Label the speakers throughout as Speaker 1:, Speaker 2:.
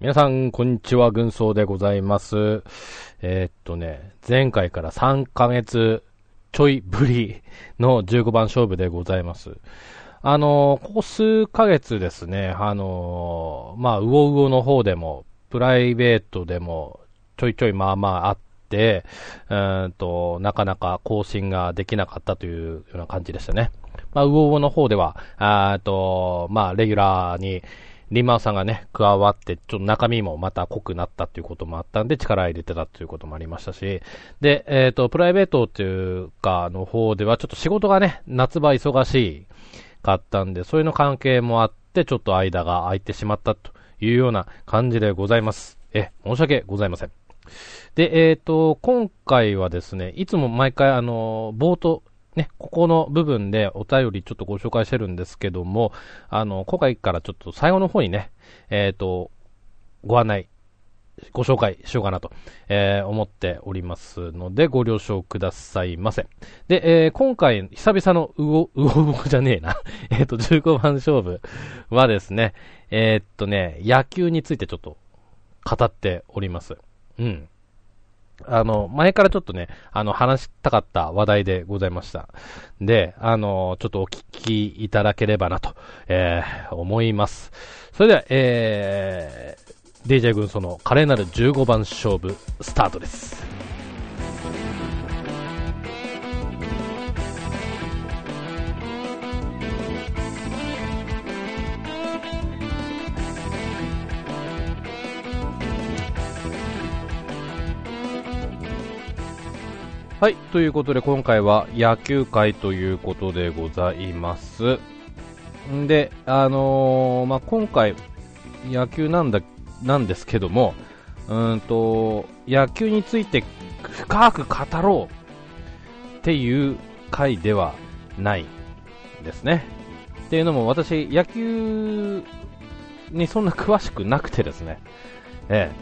Speaker 1: 皆さん、こんにちは、軍曹でございます。えーっとね、前回から3ヶ月ちょいぶりの15番勝負でございます。あのーここ数ヶ月ですね、あのーまあ、うおうおの方でも、プライベートでも、ちょいちょいまあまああって、うーんと、なかなか更新ができなかったというような感じでしたね。まあ、ウオウオの方では、あーっと、まあ、レギュラーに、リンマーさんがね、加わって、ちょっと中身もまた濃くなったっていうこともあったんで、力入れてたっていうこともありましたし、で、えっ、と、プライベートっていうか、の方では、ちょっと仕事がね、夏場忙しかったんで、そういうの関係もあって、ちょっと間が空いてしまったというような感じでございます。え、申し訳ございません。で、えっ、と、今回はですね、いつも毎回、あの、冒頭、ね、ここの部分でお便りちょっとご紹介してるんですけども、あの、今回からちょっと最後の方にね、えっ、と、ご案内、ご紹介しようかなと、えー思っておりますので、ご了承くださいませ。で、えー今回、久々のう お、うおうおじゃねえな。 えっと、15番勝負はですね、えーっとね、野球についてちょっと語っております。うん。あの、前からちょっとね、あの、話したかった話題でございました。で、あの、ちょっとお聞きいただければなと、えー思います。それでは、えー、DJ 軍曹の華麗なる15番勝負、スタートです。はい、ということで今回は野球界ということでございます。んで、あのーまあ、今回、野球なんだ、なんですけども、うーんと、野球について深く語ろうっていう回ではないですね。っていうのも私、野球にそんな詳しくなくてですね、ええ、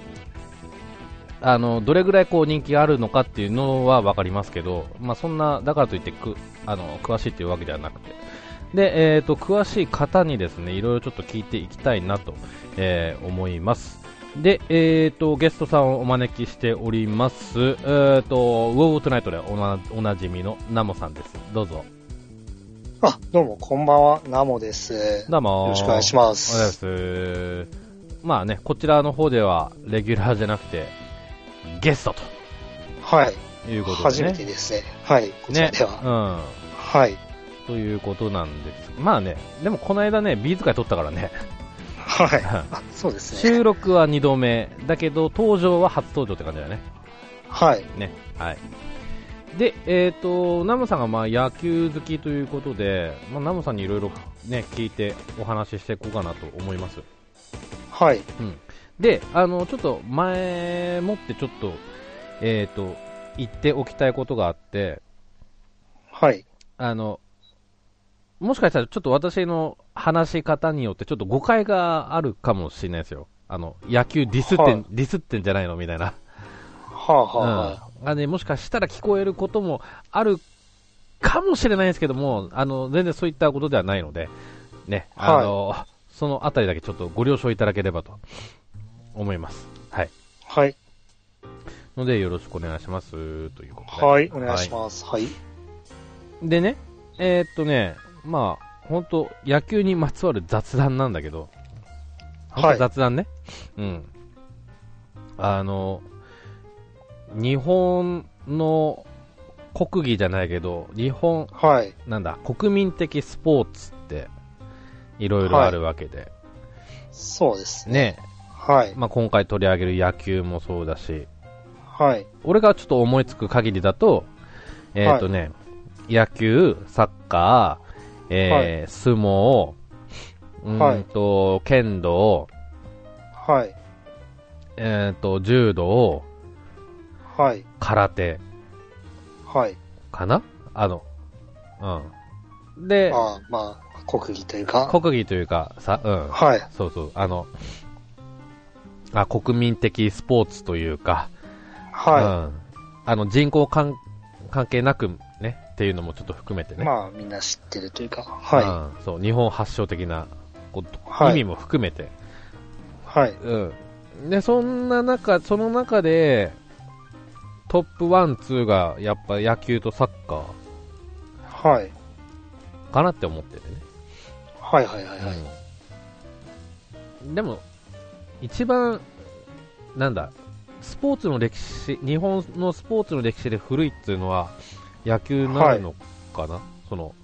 Speaker 1: あのどれぐらいこう人気があるのかっていうのは分かりますけど、まあ、そんなだからといってくあの詳しいというわけではなくて、でえー、と詳しい方にですねいろいろちょっと聞いていきたいなと、えー思います。で、えー、とゲストさんをお招きしております、えー、とウォーウォートナイトでおなおなじみのナモさんです。どうぞ。
Speaker 2: あ、どうも、こんばんは、ナモです。
Speaker 1: どうも。
Speaker 2: よろしくお願いし
Speaker 1: ま
Speaker 2: ます。
Speaker 1: お願いします。まあね、こちらの方ではレギュラーじゃなくてゲストと
Speaker 2: はい、
Speaker 1: いうことで、ね。
Speaker 2: 初めてですね。はい、こちら
Speaker 1: ね
Speaker 2: では。
Speaker 1: う
Speaker 2: はい、
Speaker 1: ん、ということなんです。まあね、でもこの間ね、ビーズ会撮ったから ね、
Speaker 2: はい。あ、そうですね。
Speaker 1: 収録は2度目、だけど登場は初登場って感じだよね。
Speaker 2: はい、
Speaker 1: ね、はい。で、えっ、と、ナムさんがまあ野球好きということで、まあ、ナムさんにいろいろね、聞いてお話ししていこうかなと思います。
Speaker 2: はい、
Speaker 1: うん。で、あの、ちょっと前もってちょっと、えっ、と、言っておきたいことがあって、
Speaker 2: はい、
Speaker 1: あの、もしかしたらちょっと私の話し方によってちょっと誤解があるかもしれないですよ。あの、野球ディスってん、
Speaker 2: はい
Speaker 1: ディスってんじゃないのみたいな。
Speaker 2: はあ、
Speaker 1: うん。
Speaker 2: はあ、は
Speaker 1: あね、もしかしたら聞こえることもあるかもしれないですけども、あの、全然そういったことではないので、ね、あの、そのあたりだけちょっとご了承いただければと思います。はい。
Speaker 2: い、はい、
Speaker 1: ので、よろしくお願いします。ということで。
Speaker 2: はい、お願いします。はい、
Speaker 1: でね、えーっとね、まあ、本当野球にまつわる雑談なんだけど、
Speaker 2: はい
Speaker 1: 本当雑談ね。うん。あの、日本の国技じゃないけど、日本、
Speaker 2: はい、
Speaker 1: なんだ、国民的スポーツって、いろいろあるわけで、
Speaker 2: そうですね。
Speaker 1: ね、
Speaker 2: はい、
Speaker 1: まあ、今回取り上げる野球もそうだし、
Speaker 2: はい、
Speaker 1: 俺がちょっと思いつく限りだと、えーっ、とね、野球、サッカー、えー相撲、うーんと、剣道、
Speaker 2: はい、
Speaker 1: えーっ、と、柔道、
Speaker 2: はい、
Speaker 1: 空手
Speaker 2: はい。
Speaker 1: かなあの、うん。で、
Speaker 2: まあ、まあ、国技というか。
Speaker 1: 国技というか、さ、うん。
Speaker 2: はい、
Speaker 1: そうそう、あの、あ、国民的スポーツというか、う
Speaker 2: は
Speaker 1: ん。あの、人口関関係なくね、っていうのもちょっと含めて
Speaker 2: い。
Speaker 1: ね。
Speaker 2: まあ、みんな知ってるというか。は
Speaker 1: うん、そう日本発祥的なこと、
Speaker 2: はい
Speaker 1: 意味も含めて、
Speaker 2: い、はい、
Speaker 1: うん、で、そんな中、その中で、トップ1、2がやっぱ野球とサッカ
Speaker 2: はい。
Speaker 1: ーかなって思っててね。
Speaker 2: はいはいはいはい。
Speaker 1: うんでも、一番、なんだ、スポーツの歴史、日本のスポーツの歴史で古いっていうのは、野球になるのかな、その、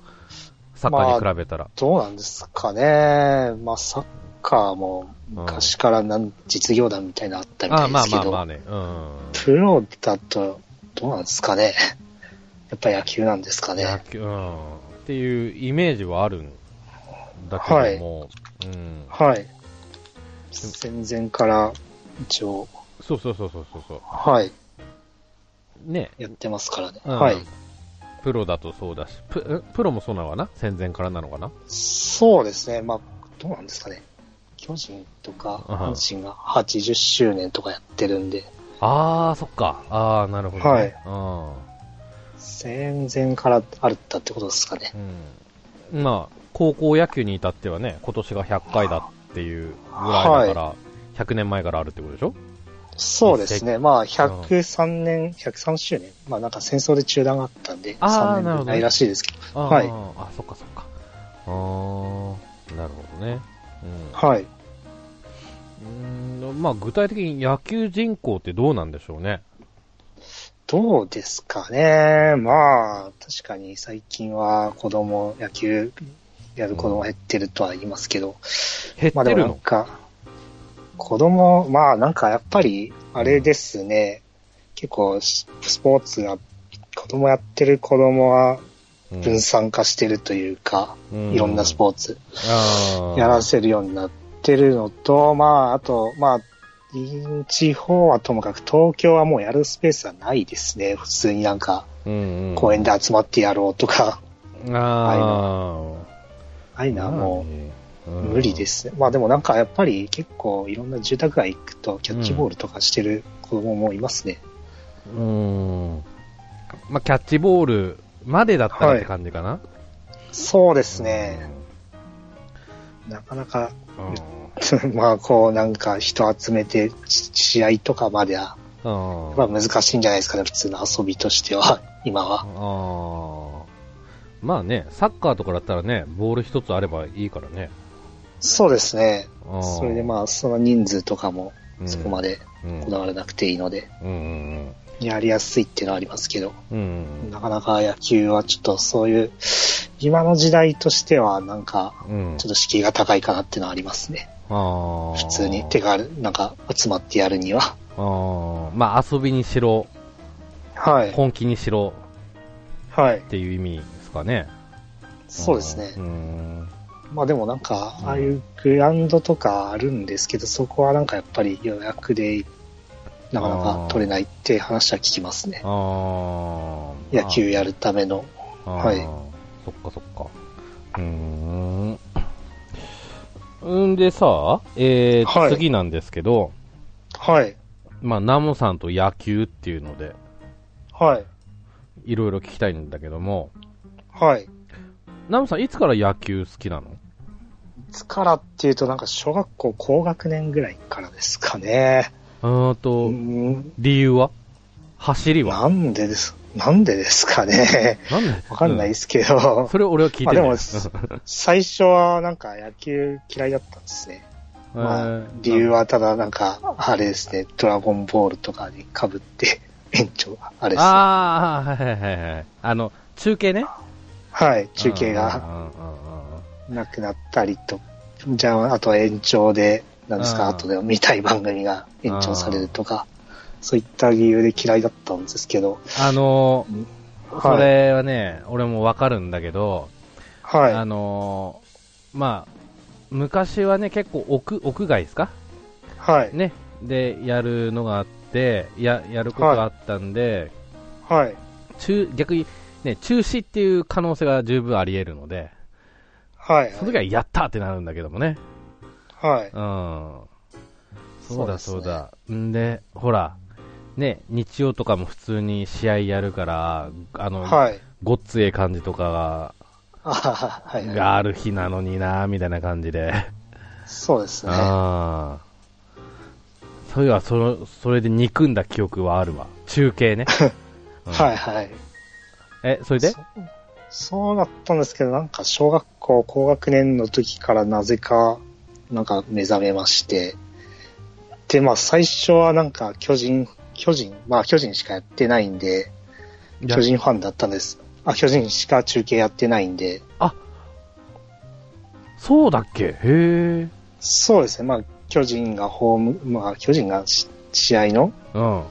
Speaker 1: サッカーに比べたら。
Speaker 2: どうなんですかね。まあ、サッカーも昔からなん実業団みたいなのあったみ
Speaker 1: あ
Speaker 2: た
Speaker 1: あ
Speaker 2: いで
Speaker 1: まあ
Speaker 2: すけ
Speaker 1: まあ
Speaker 2: ど、
Speaker 1: まあね。うん。
Speaker 2: プロだとどうなんですかね。 やっぱ野球なんですか
Speaker 1: 野
Speaker 2: ね。
Speaker 1: 球、うん。っていうイメージはあるんだけども、うん。
Speaker 2: はい。戦前から一応、
Speaker 1: そうそうそうそうそうそ
Speaker 2: はい、
Speaker 1: う。ね。
Speaker 2: やってますからね。
Speaker 1: うん
Speaker 2: はい。
Speaker 1: プロだとそうだし、プんプロもそうなのかな戦前からなのかな
Speaker 2: そうですね。まあ、どうなんですかね。巨人とか、
Speaker 1: うん
Speaker 2: 阪神が80周年とかやってるんで、
Speaker 1: ああ、そっか。ああ、なるほど、ね。
Speaker 2: はい
Speaker 1: うん。
Speaker 2: 戦前からあったってことですかね。
Speaker 1: うん、まあ、高校野球に至ってはね、今年が100回だっていうぐらいだから、100年前からあるってことでしょ
Speaker 2: そうですね。まあ、103年、103周年。まあ、なんか戦争で中断があったんで、
Speaker 1: あー
Speaker 2: 3
Speaker 1: なるほ
Speaker 2: 年分
Speaker 1: ど
Speaker 2: ないらしいですけど。
Speaker 1: あー
Speaker 2: はい
Speaker 1: あ、そっかそっか。あーなるほどね。うん
Speaker 2: はい。
Speaker 1: うーんまあ、具体的に野球人口ってどうなんでしょうね。
Speaker 2: どうですかね。まあ、確かに最近は子供、野球やる子供減ってるとは言いますけど、
Speaker 1: 減
Speaker 2: ま
Speaker 1: っ
Speaker 2: あで
Speaker 1: て
Speaker 2: も
Speaker 1: る
Speaker 2: なん
Speaker 1: の、
Speaker 2: か、子供、まあなんかやっぱり、あれですね、結構ススポーツが、子供やってる子供は分散化してるというか、いろんなス
Speaker 1: ー
Speaker 2: ポーツ
Speaker 1: ツ
Speaker 2: やらせるようになってるのと、まああと、まあ、地方はともかく東京はもうやるスペースはないですね。普通になんか公園で集まってやろうとか、ああい
Speaker 1: あ
Speaker 2: うああいう
Speaker 1: あ
Speaker 2: のはもう
Speaker 1: う。
Speaker 2: 無理ですすね。まあでもなんかやっぱり結構いろんな住宅街行くとキャッチボールとかしてる子供もいますね。
Speaker 1: うん。まあ、キャッチボールまでだったらって感じかな。
Speaker 2: そうですね。なかなか、
Speaker 1: う
Speaker 2: まあこうなんか人集めてし試合とかまでは、
Speaker 1: ん。うん。
Speaker 2: まあ難しいんじゃないですかね、普通の遊びとしては、今は。
Speaker 1: あーまあね、サッカーとかだったらね、ボール一つあればいいからね。
Speaker 2: そうですね。
Speaker 1: うん
Speaker 2: それでまあその人数とかもそこまで
Speaker 1: うん
Speaker 2: こだわらなくていいので、
Speaker 1: うんうん
Speaker 2: やりやすいっていうのはありますけど、
Speaker 1: うん。うん
Speaker 2: なかなか野球はちょっとそういう、今の時代としてはなんか
Speaker 1: うん。
Speaker 2: ちょっと敷居が高いかなっていうのはありますね。
Speaker 1: あー
Speaker 2: 普通に手軽、なんか集まってやるには。
Speaker 1: あーまあ遊びにしろ、
Speaker 2: はい。
Speaker 1: 本気にしろ
Speaker 2: はい
Speaker 1: っ。ていう意味ですかね。
Speaker 2: そうですね
Speaker 1: う。ん。
Speaker 2: まあでもなんか、
Speaker 1: うん
Speaker 2: ああいうグラウンドとかあるんですけど、そこはなんかやっぱり予約で、なかなか取れないって話は聞きますね。
Speaker 1: あー
Speaker 2: 野球やるための。はい
Speaker 1: あー。そっかそっか。うーん。うんでさ、えー
Speaker 2: はい
Speaker 1: 次なんですけど、
Speaker 2: はい。
Speaker 1: まあ、ナモさんと野球っていうので、
Speaker 2: はい。
Speaker 1: いろいろ聞きたいんだけども、
Speaker 2: はい。
Speaker 1: ナモさんいつから野球好きなの
Speaker 2: いつからっていうと、なんか小学校高学年ぐらいからですかね。
Speaker 1: うーん
Speaker 2: う
Speaker 1: と、
Speaker 2: ん。
Speaker 1: 理由は走りは
Speaker 2: なんでです、なんでですかね。
Speaker 1: なんで
Speaker 2: わかんないですけど。
Speaker 1: うんそれ俺は聞いて
Speaker 2: まあ
Speaker 1: な
Speaker 2: で
Speaker 1: い。
Speaker 2: も、 最初はなんか野球嫌いだったんですね。
Speaker 1: うん
Speaker 2: ま
Speaker 1: え
Speaker 2: あ
Speaker 1: ー、
Speaker 2: 理由はただなんか、あれですね、ドラゴンボールとかに被って、 延長、あれですね。
Speaker 1: ああ、はいはいはいはい。あの、中継ね。
Speaker 2: はい、中継が
Speaker 1: うんうんうんうんうん。
Speaker 2: なくなったりと、じゃあ、あとは延長で、なんですか、
Speaker 1: あー
Speaker 2: あとで見たい番組が延長されるとか、そういった理由で嫌いだったんですけど、
Speaker 1: あのーそ
Speaker 2: はい。
Speaker 1: れはね、俺もわかるんだけど、あ
Speaker 2: は
Speaker 1: のーまあ、昔はね、結構屋屋外ですか
Speaker 2: い。はい。
Speaker 1: ね。で、やるのがあって、や、やることがあったんで、
Speaker 2: はい。
Speaker 1: 中、逆に、ね、中止っていう可能性が十分あり得るので、
Speaker 2: はい。
Speaker 1: その時はやったってなるんだけどもね。
Speaker 2: は
Speaker 1: うん。
Speaker 2: い。
Speaker 1: そうだそう
Speaker 2: ですね。
Speaker 1: だ。んで、ほら、ね、日曜とかも普通に試合やるから、あの、
Speaker 2: はい。
Speaker 1: ごっつええ感じとかが
Speaker 2: あはははいはい。
Speaker 1: がある日なのになみたいな感じで。
Speaker 2: そうですね。
Speaker 1: ああ。そういえばその、それで憎んだ記憶はあるわ。中継ね。うん
Speaker 2: はいはい。
Speaker 1: え、それで
Speaker 2: そそうだったんですけど、なんか小学校高学年の時からなぜか、なんか目覚めまして。で、まあ最初はなんか巨人、巨人、まあ巨人しかやってないんで、巨人ファンだったんです。あ、巨人しか中継やってないんで、
Speaker 1: そうだっけへえ。
Speaker 2: そうですね、まあ巨人がホーム、まあ巨人がし試合の
Speaker 1: うん。う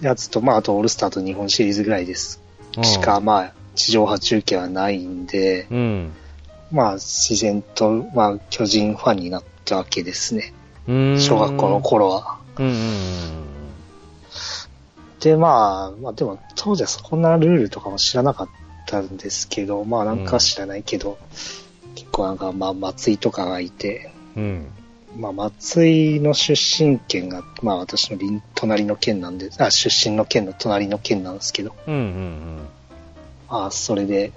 Speaker 2: やつと、まああとオールスターと日本シリーズぐらいです。
Speaker 1: ん
Speaker 2: しか、。まあ地上波中継はないんで、
Speaker 1: うん。
Speaker 2: まあ、自然と、まあ、巨人ファンになったわけですね。
Speaker 1: うーん
Speaker 2: 小学校の。頃は。
Speaker 1: うんうんうん。
Speaker 2: で、まあ、まあ、でも、当時はそんなルールとかも知らなかったんですけど、まあ、なんか知らないけど、結構なんか、まあ、松井とかがいて、
Speaker 1: うん。
Speaker 2: まあ、松井の出身県が、まあ、私の隣隣の県なんで、あ、出身の県の隣の県なんですけど、
Speaker 1: うんうんうん。
Speaker 2: まあ、それで、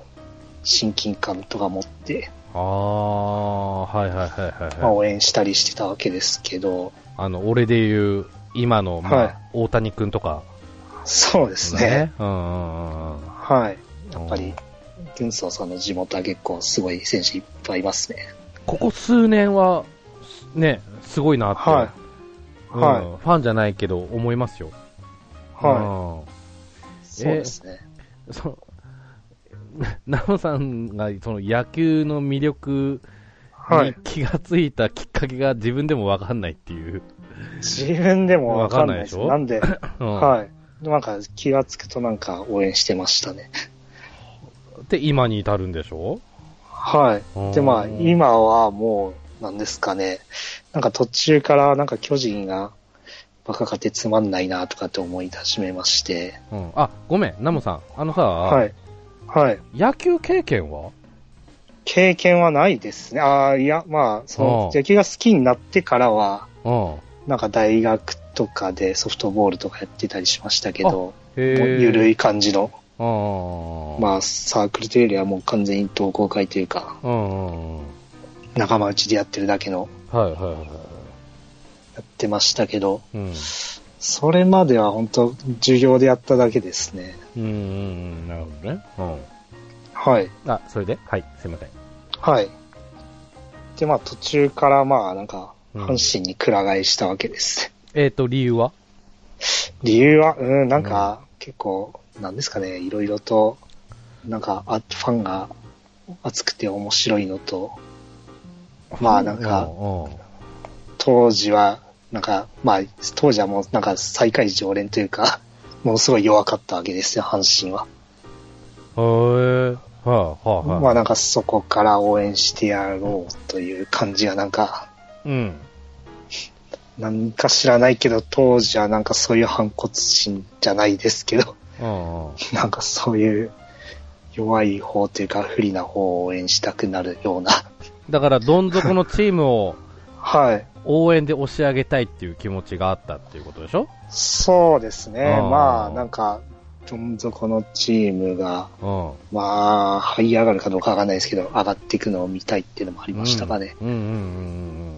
Speaker 2: 親近感とか持って、
Speaker 1: ああ、はいはいはいはい、
Speaker 2: まあ、
Speaker 1: はい。
Speaker 2: 応援したりしてたわけですけど、
Speaker 1: あの、俺で言う、今の、まあ、
Speaker 2: はい
Speaker 1: 大谷くんとか、
Speaker 2: そうですね。。
Speaker 1: うんうんうんうん。
Speaker 2: はい。やっぱり、軍曹さんの地元は結構すごい選手いっぱいいますね。
Speaker 1: ここ数年は、ね、すごいなって、
Speaker 2: はい。
Speaker 1: うん
Speaker 2: は
Speaker 1: ファンじゃないけど、思いますよ。
Speaker 2: い。は。
Speaker 1: はい
Speaker 2: そうですね。
Speaker 1: い。その なおさんがその野球の魅力
Speaker 2: は
Speaker 1: に
Speaker 2: い。
Speaker 1: 気がついたきっかけが自分でもわかんないっていう。
Speaker 2: 自分でもわかんないです。
Speaker 1: わ
Speaker 2: な
Speaker 1: か
Speaker 2: んで、
Speaker 1: うん
Speaker 2: はい。なんか気がつくとなんか応援してましたね。
Speaker 1: で、今に至るんでしょ
Speaker 2: は
Speaker 1: うん
Speaker 2: い。で、まあ、今はもう、なんですかね。なんか途中からなんか巨人がバカ勝てつまんないなとかって思い始めまして。
Speaker 1: うん、あ、ごめん、ナモさん。あのさ、
Speaker 2: はい。はい。
Speaker 1: 野球経験は
Speaker 2: 経験はないですね。ああ、いや、まあ、その、
Speaker 1: うん
Speaker 2: 野球が好きになってからは、
Speaker 1: うん。
Speaker 2: なんか大学とかでソフトボールとかやってたりしましたけど、もう
Speaker 1: へえ。
Speaker 2: ゆる
Speaker 1: い。
Speaker 2: い感じの、
Speaker 1: うん。
Speaker 2: まあサークルというよりはもう完全に同好会というか、
Speaker 1: うんうんうん。
Speaker 2: 仲間内でやってるだけの
Speaker 1: はいはいは
Speaker 2: やってましたけど、
Speaker 1: い。うん。
Speaker 2: それまでは本当授業でやっただけですね。
Speaker 1: うんうんうん、なるほどね。う
Speaker 2: はい。
Speaker 1: ん。あ、それではい、すいません。
Speaker 2: はい。で、まあ途中からまあなんか、
Speaker 1: うん
Speaker 2: 阪神にくら替えしたわけです。
Speaker 1: えっ、と、理由は
Speaker 2: 理由は、うん、なんか、結構、なんですかね、いろいろと、なんか、あファンが熱くて面白いのと、まあなんか、
Speaker 1: う
Speaker 2: 当時は、なんか、まあ、当時はもうなんか最下位常連というか、ものすごい弱かったわけですよ、阪神は。
Speaker 1: ん。へえ。はあ、はあ、はあ。
Speaker 2: まあなんかそこから応援してやろうという感じがなんか、
Speaker 1: うん。
Speaker 2: なんか知らないけど、当時はなんかそういう反骨心じゃないですけど、
Speaker 1: うんうん。
Speaker 2: なんかそういう弱い方というか不利な方を応援したくなるような。
Speaker 1: だから、どん底のチームを
Speaker 2: はい。
Speaker 1: 応援で押し上げたいっていう気持ちがあったっていうことでしょ
Speaker 2: そうですね。
Speaker 1: あー
Speaker 2: まあ、なんか、どん底のチームが、
Speaker 1: うん。
Speaker 2: まあ、這い上がるかどうかわかんないですけど、上がっていくのを見たいっていうのもあり
Speaker 1: い
Speaker 2: ましたかね。。
Speaker 1: うんうんうんうんうん。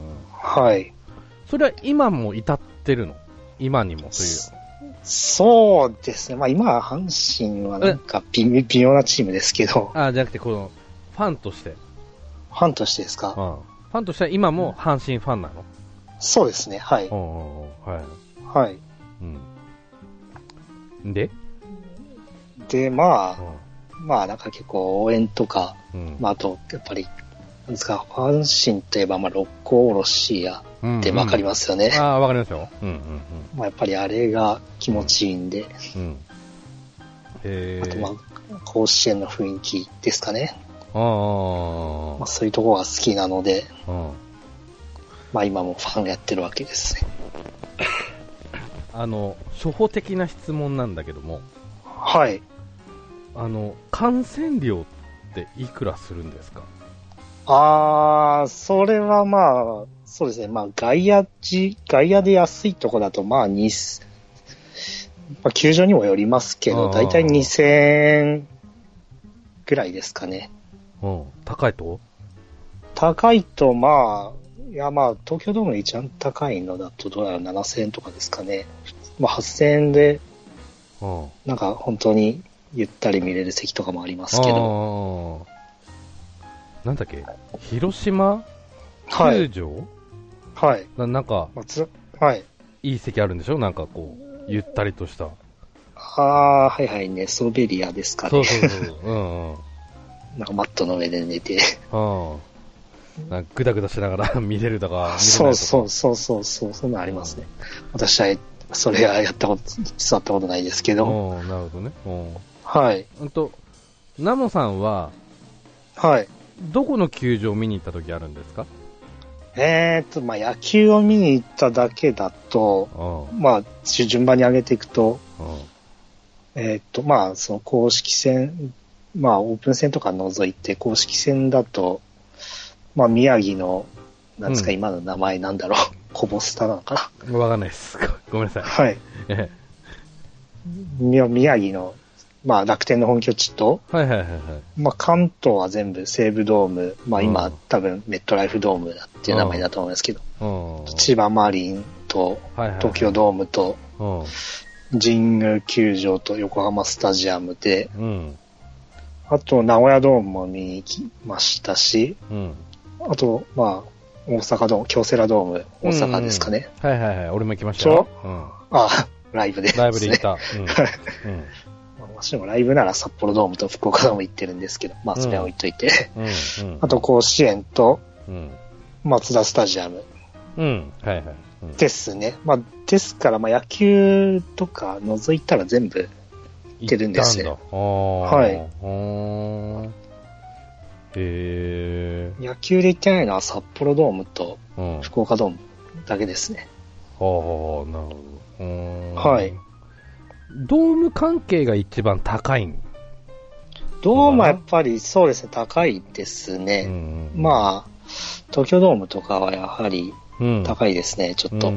Speaker 2: はい。
Speaker 1: それは今も至ってるの今にもという。
Speaker 2: そうですね。まあ今は阪神はなんか微妙微妙なチームですけ ど、
Speaker 1: あ、じゃなくて、この、ファンとして。うん。
Speaker 2: ファンとしてです
Speaker 1: フ
Speaker 2: か
Speaker 1: ァンとしては今も阪神ファンなの
Speaker 2: そうですね。はい。
Speaker 1: うんうんうん。はい。
Speaker 2: はい。
Speaker 1: うん。で
Speaker 2: で、まあ、まあなんか結構応援とか、
Speaker 1: うん。
Speaker 2: まあ、あと、やっぱり、なんですか、阪神といえば、まあ、六甲おろしや
Speaker 1: あ
Speaker 2: ってわかり
Speaker 1: ま
Speaker 2: ますよね。
Speaker 1: ああ、わかりますよ。うんうん
Speaker 2: まあ、やっぱりあれが気持ちいいんで、
Speaker 1: うん。うん。へ
Speaker 2: あと、ま
Speaker 1: あ
Speaker 2: あ、甲子園の雰囲気ですかね。
Speaker 1: あ
Speaker 2: まあ、そういうところが好きなので、
Speaker 1: ああ、うん。
Speaker 2: まあ、今もファンがやってるわけですね。
Speaker 1: あの、初歩的な質問なんだけども、
Speaker 2: はい。
Speaker 1: あの、感染料っていくらするんですか
Speaker 2: あー、それはまあ、そうですね。まあ、外野地、外野で安いとこだと、まあ、に、まあ、球場にもよりますけ
Speaker 1: あ
Speaker 2: ど、
Speaker 1: ー
Speaker 2: だいたい2000円ぐらいですかね。
Speaker 1: うん。高いと
Speaker 2: 高いと、まあ、いや、まあ、東京ドームで一番高いのだと、どうやら7000円とかですかね。まあ、8000円で、
Speaker 1: うん。
Speaker 2: なんか本当にゆったり見れる席とかもありますけど。
Speaker 1: ど。なんだっけ広島
Speaker 2: は
Speaker 1: 球。
Speaker 2: い
Speaker 1: 場、
Speaker 2: はい。
Speaker 1: ななんか、
Speaker 2: まあつはい。
Speaker 1: いい席あるんでしょなんかこう、ゆったりとした。
Speaker 2: ああ、はいはいね、ソベリアですか
Speaker 1: そ
Speaker 2: ね
Speaker 1: う。そうそう。うんうん。
Speaker 2: なんかマットの上で寝て。
Speaker 1: うん。なんかぐだぐだしながら 見れるとか、見れ
Speaker 2: そ
Speaker 1: な
Speaker 2: う
Speaker 1: いとか。
Speaker 2: そうそうそうそう、そんなんありますね。私は、それはやったこと、座ったことないですけど。
Speaker 1: うん、なるほどね。うん。
Speaker 2: はい。
Speaker 1: うんと、ナモさんは、
Speaker 2: はい。
Speaker 1: どこの球場見に行った時あるんですか
Speaker 2: えーっと、まあ、野球を見に行っただけだと、
Speaker 1: うん。うん。
Speaker 2: まあ、順番に上げていくと、えーっと、まあ、その公式戦、まあ、オープン戦とか除いて、公式戦だと、まあ、宮城の、なんです
Speaker 1: う
Speaker 2: か、
Speaker 1: ん
Speaker 2: 今の名前なんだろう、コボスタなのかな。
Speaker 1: わかんないです。ごめんなさい。
Speaker 2: はい。
Speaker 1: え
Speaker 2: み宮城の、まあ、楽天の本拠地と、
Speaker 1: えはいはいはいはい。
Speaker 2: まあ、関東は全部西武ドーム、まあ、今、
Speaker 1: うん
Speaker 2: 多分メットライフドームだっていう名前だと思いますけど、
Speaker 1: うん。
Speaker 2: 千葉マリンと
Speaker 1: はいはいはい
Speaker 2: 東京ドームと
Speaker 1: うん。
Speaker 2: 神宮球場と横浜スタジアムで、
Speaker 1: うん。
Speaker 2: あと名古屋ドームも見に行きましたし、
Speaker 1: うん。
Speaker 2: あと、まあ、大阪ドーム、京セラドーム、大阪ですかね。
Speaker 1: うん。はいはいはい。俺も行きましたよ。うん。
Speaker 2: あ、ライブ でです、ね。
Speaker 1: ライブで行った。
Speaker 2: まあ。私もライブなら札幌ドームと福岡ドーム行ってるんですけど、まあ、それは置いといて。
Speaker 1: うん。うん。うん。うん
Speaker 2: あと、、甲子園と
Speaker 1: うん。
Speaker 2: 松田スタジアム。
Speaker 1: うん。はいはい。うん
Speaker 2: ですね。まあ、ですから、まあ、野球とか除いたら全部、行ってるんですよ
Speaker 1: 行ったんだ。は
Speaker 2: はい
Speaker 1: い。ほーん。へ
Speaker 2: 野球で行ってないのは札幌ドームと
Speaker 1: ー。うん。
Speaker 2: 福岡ドームだけですね。
Speaker 1: はあ、なるほど。うーん
Speaker 2: はい。
Speaker 1: ドーム関係が一番高いん。
Speaker 2: ドームはやっぱりそうですね、高いです
Speaker 1: う
Speaker 2: ね。
Speaker 1: ん
Speaker 2: まあ、東京ドームとかはやはり
Speaker 1: あ、うん、い
Speaker 2: 高いですね、ちょっと。
Speaker 1: へ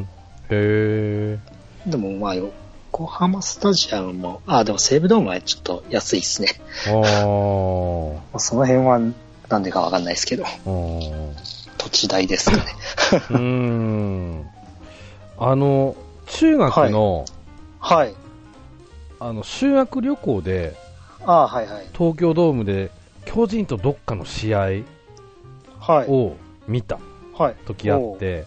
Speaker 1: え。
Speaker 2: でもまあ、横浜スタジアムも、あ、でも西武ドームはちょっと安いですね。
Speaker 1: あー
Speaker 2: まあその辺はなんでかわかんないですけど、
Speaker 1: あー。
Speaker 2: 土地代ですかね。
Speaker 1: うーん。あの、中学の、
Speaker 2: はい。
Speaker 1: あの、修学旅行で、
Speaker 2: あはいはい。
Speaker 1: 東京ドームで、巨人とどっかの試合
Speaker 2: はい。
Speaker 1: を見た
Speaker 2: はい。
Speaker 1: 時あって、